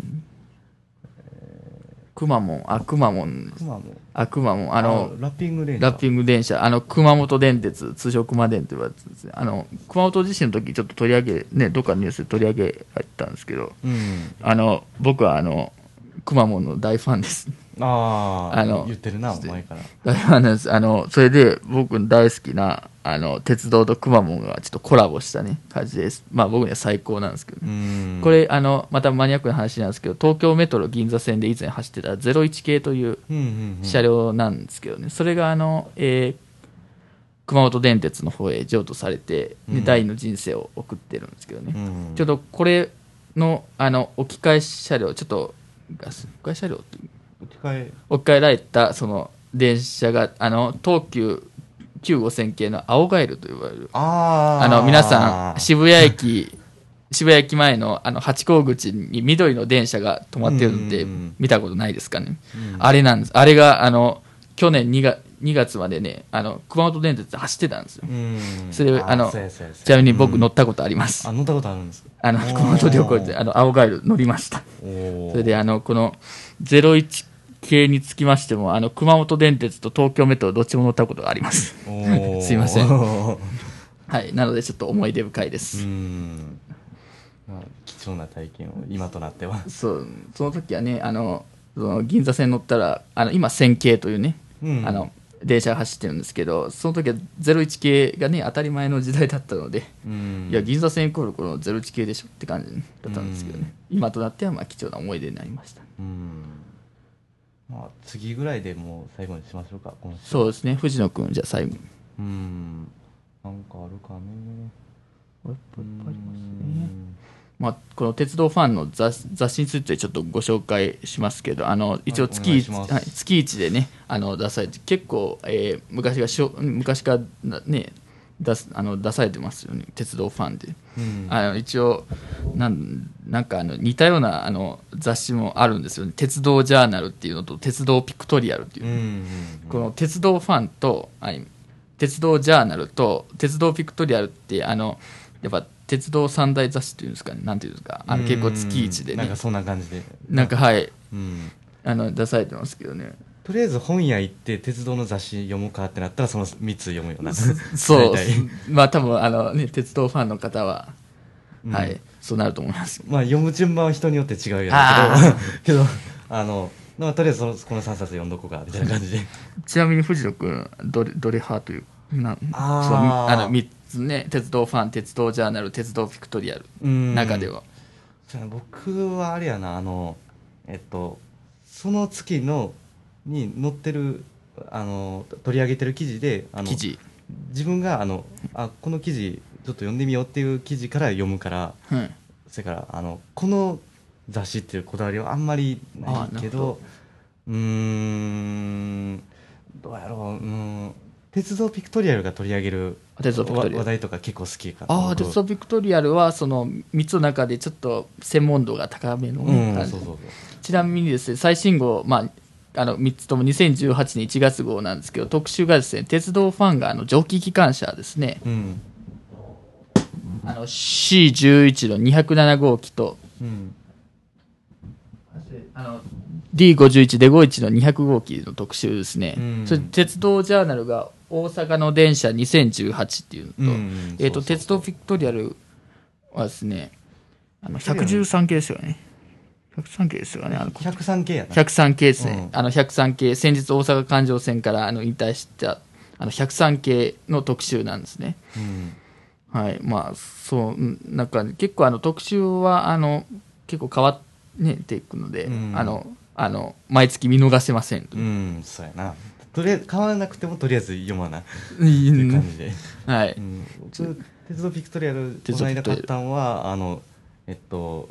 くまモン、あ、くまモン、熊もあ、くまモン、ああの、ラッピングレンジャーラッピング電車、あの、熊本電鉄、通称熊電と言われてるんですね。あの、熊本地震の時、ちょっと取り上げ、ね、どっかのニュースで取り上げられたんですけど、うんあの、僕はあの、くまモンの大ファンです。 あああの言ってるなお前から大ファンなんです。あの、それで僕の大好きな、あの、鉄道とくまモンがちょっとコラボしたね、感じです。まあ僕には最高なんですけどね。うんこれあのまたマニアックな話なんですけど東京メトロ銀座線で以前走ってた01系といううんうんうん車両なんですけどね、それがあの、えー熊本電鉄の方へ譲渡されて、でうん第二の人生を送ってるんですけどね、うんちょっとこれのあの置き換え車両ちょっとガス置き換え車両って置き換え置き換えられたその電車があの東急95000系の青ガエルと呼ばれるあああの、皆さん、渋谷駅、渋谷駅前の、あの、八甲口に緑の電車が止まってるのってうんうんうん見たことないですかね。うんあれなんです。あれが、あの、去年2月 ,2 月までね、あの、熊本電鉄で走ってたんですよ。うんそれ、ーあの、そうやそうやそうやちなみに僕乗ったことあります。あ乗ったことあるんですかあの、おー熊本旅行で、あの、青ガエル乗りました。おおそれで、あの、この、01系につきましても、あの、熊本電鉄と東京メトロどっちも乗ったことがあります。おー すいませんうはい。なので、ちょっと思い出深いです。んまあ貴重な体験を今となってはそうその時はねあのその銀座線乗ったらあの今1000系というね、うんあの電車が走ってるんですけどその時は01系がね当たり前の時代だったので、うんいや銀座線イコールこの01系でしょって感じだったんですけどね、今となってはまあ貴重な思い出になりましたうんまあ次ぐらいでもう最後にしましょうかこの人そうですね藤野君じゃあ最後うんなんかあるかねやっぱいっぱいありますねまあ、この鉄道ファンの雑雑誌についてちょっとご紹介しますけどあの一応お願月い一、しはまいす月一でねあの出されて結構、えー昔がしょ昔からなね出すあの出されてますよね鉄道ファンで、うんあの一応なんなんかあの似たようなあの雑誌もあるんですよね鉄道ジャーナルっていうのと鉄道ピクトリアルっていう、うんうんこの鉄道ファンと、あ鉄道ジャーナルと鉄道ピクトリアルってあのやっぱ鉄道三大雑誌っていうんですかねなんていうんですかあの結構月一でなんねかそんな感じでなんかはいうんあの出されてますけどねとりあえず本屋行って鉄道の雑誌読むかってなったらその3つ読むよう なそ大う体 まあ多分あのね鉄道ファンの方は、うんはいそうなると思いますまあ読む順番は人によって違うよねけ どけどあの、まあ、とりあえずそのこの3冊読んどこうかみたいな感じでちなみに藤野君どれどれ派というなあーそうあの3つね鉄道ファン鉄道ジャーナル鉄道ピクトリアルうん中ではそうやな僕はあれやなあのえっとその月のに載ってるあの取り上げてる記事であの記事、自分があのあこの記事ちょっと読んでみようっていう記事から読むからうん、それからあのこの雑誌っていうこだわりはあんまりないけどあなるほどうーん鉄道ピクトリアルが取り上げるあ鉄道ピクトリアルわ話題とか結構好きかなああ、僕鉄道ビクトリアルは、その3つの中でちょっと専門度が高めのねうん感じそうそうそうちなみにですね、最新号、まあ、あの3つとも2018年1月号なんですけど、特集がですね、鉄道ファンがあの蒸気機関車ですね、うんあの C11 の207号機と、うんあの D51 デゴイチの200号機の特集ですね、うんそれ鉄道ジャーナルが大阪の電車2018っていうのと、うんうんえっ、そうそと、う鉄道フィクトリアルはですね、あの113系ですよね。113系ですよね。あの103系やな103系ですね。うあの103系、先日大阪環状線からあの引退したあの103系の特集なんですね。うんはい。まあ、そううん、なんか結構あの特集は、あの、結構変わっていくので、うんあの、あの、毎月見逃せませんと。うんそうやなとりあえず買わなくてもとりあえず読まなっていう感じで、はい。うん、僕鉄道ピクトリアルこ鉄の道ピ間クト買リアルったんはあのえっと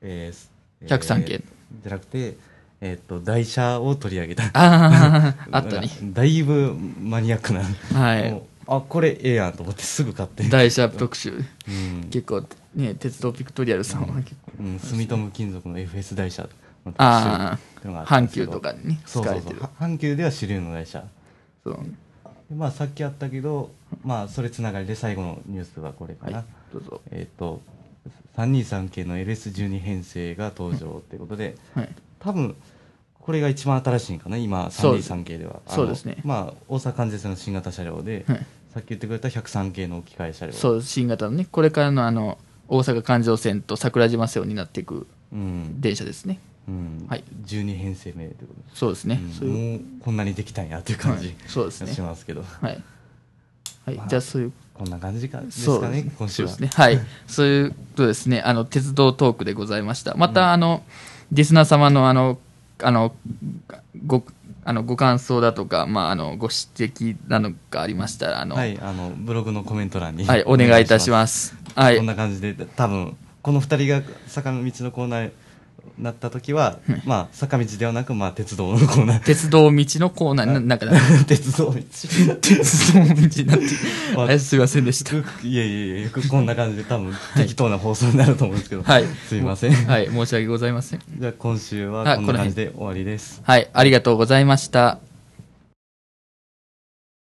えーえー103系じゃなくてえっと台車を取り上げたああ、あったね。だいぶマニアックな、はいもうあこれええやんと思ってすぐ買って大シャープ特集。うん、結構ね鉄道ピクトリアルさんは結構、うん、住友金属の FS 台車の特集あっていうのがあったん阪ですけ急どとかにね使そうわそれうそてうるは阪急では主流の台車そうでまあさっきあったけどまあそれつながりで最後のニュースはこれかな、はいどうぞえっ、と323系の LS12 編成が登場ってことで、はい多分これが一番新しいんかな今そうです323系ではあのそうですねまあ大阪関節の新型車両で、はいさっき言ってくれた103系の置き換え車両そう新型のねこれからのあの大阪環状線と桜島線を担っていくうん、電車ですねうんはい12編成名ということでそうですね、うんそういもううこんなにできたんやっていう感じ、はいそうですねしますけどはい、はいまあじゃあそういうこんな感じかですそうかね今週はそうですね。はい。そういうことですね。あの、鉄道トークでございました。また、あの、リスナー様の、あの、あの、ご、あの、ご感想だとか、まあ、あの、ご指摘なのかありましたら、あの、はいあのブログのコメント欄にはい、お願いいたしますす。はいこん。な感じで多分この2人が坂道のコーナーになった時は、まあ坂道ではなく、まあ、鉄道のコー ナー鉄道道のコーナーな、なんか、 鉄 道道鉄道道になってま、ああすいませんでした。いやいやいやよくこんな感じで多分適当な放送になると思うんですけど、はい。すいません、はい、申し訳ございません。じゃあ今週ははいこんな感じで終わりですはい、ありがとうございました。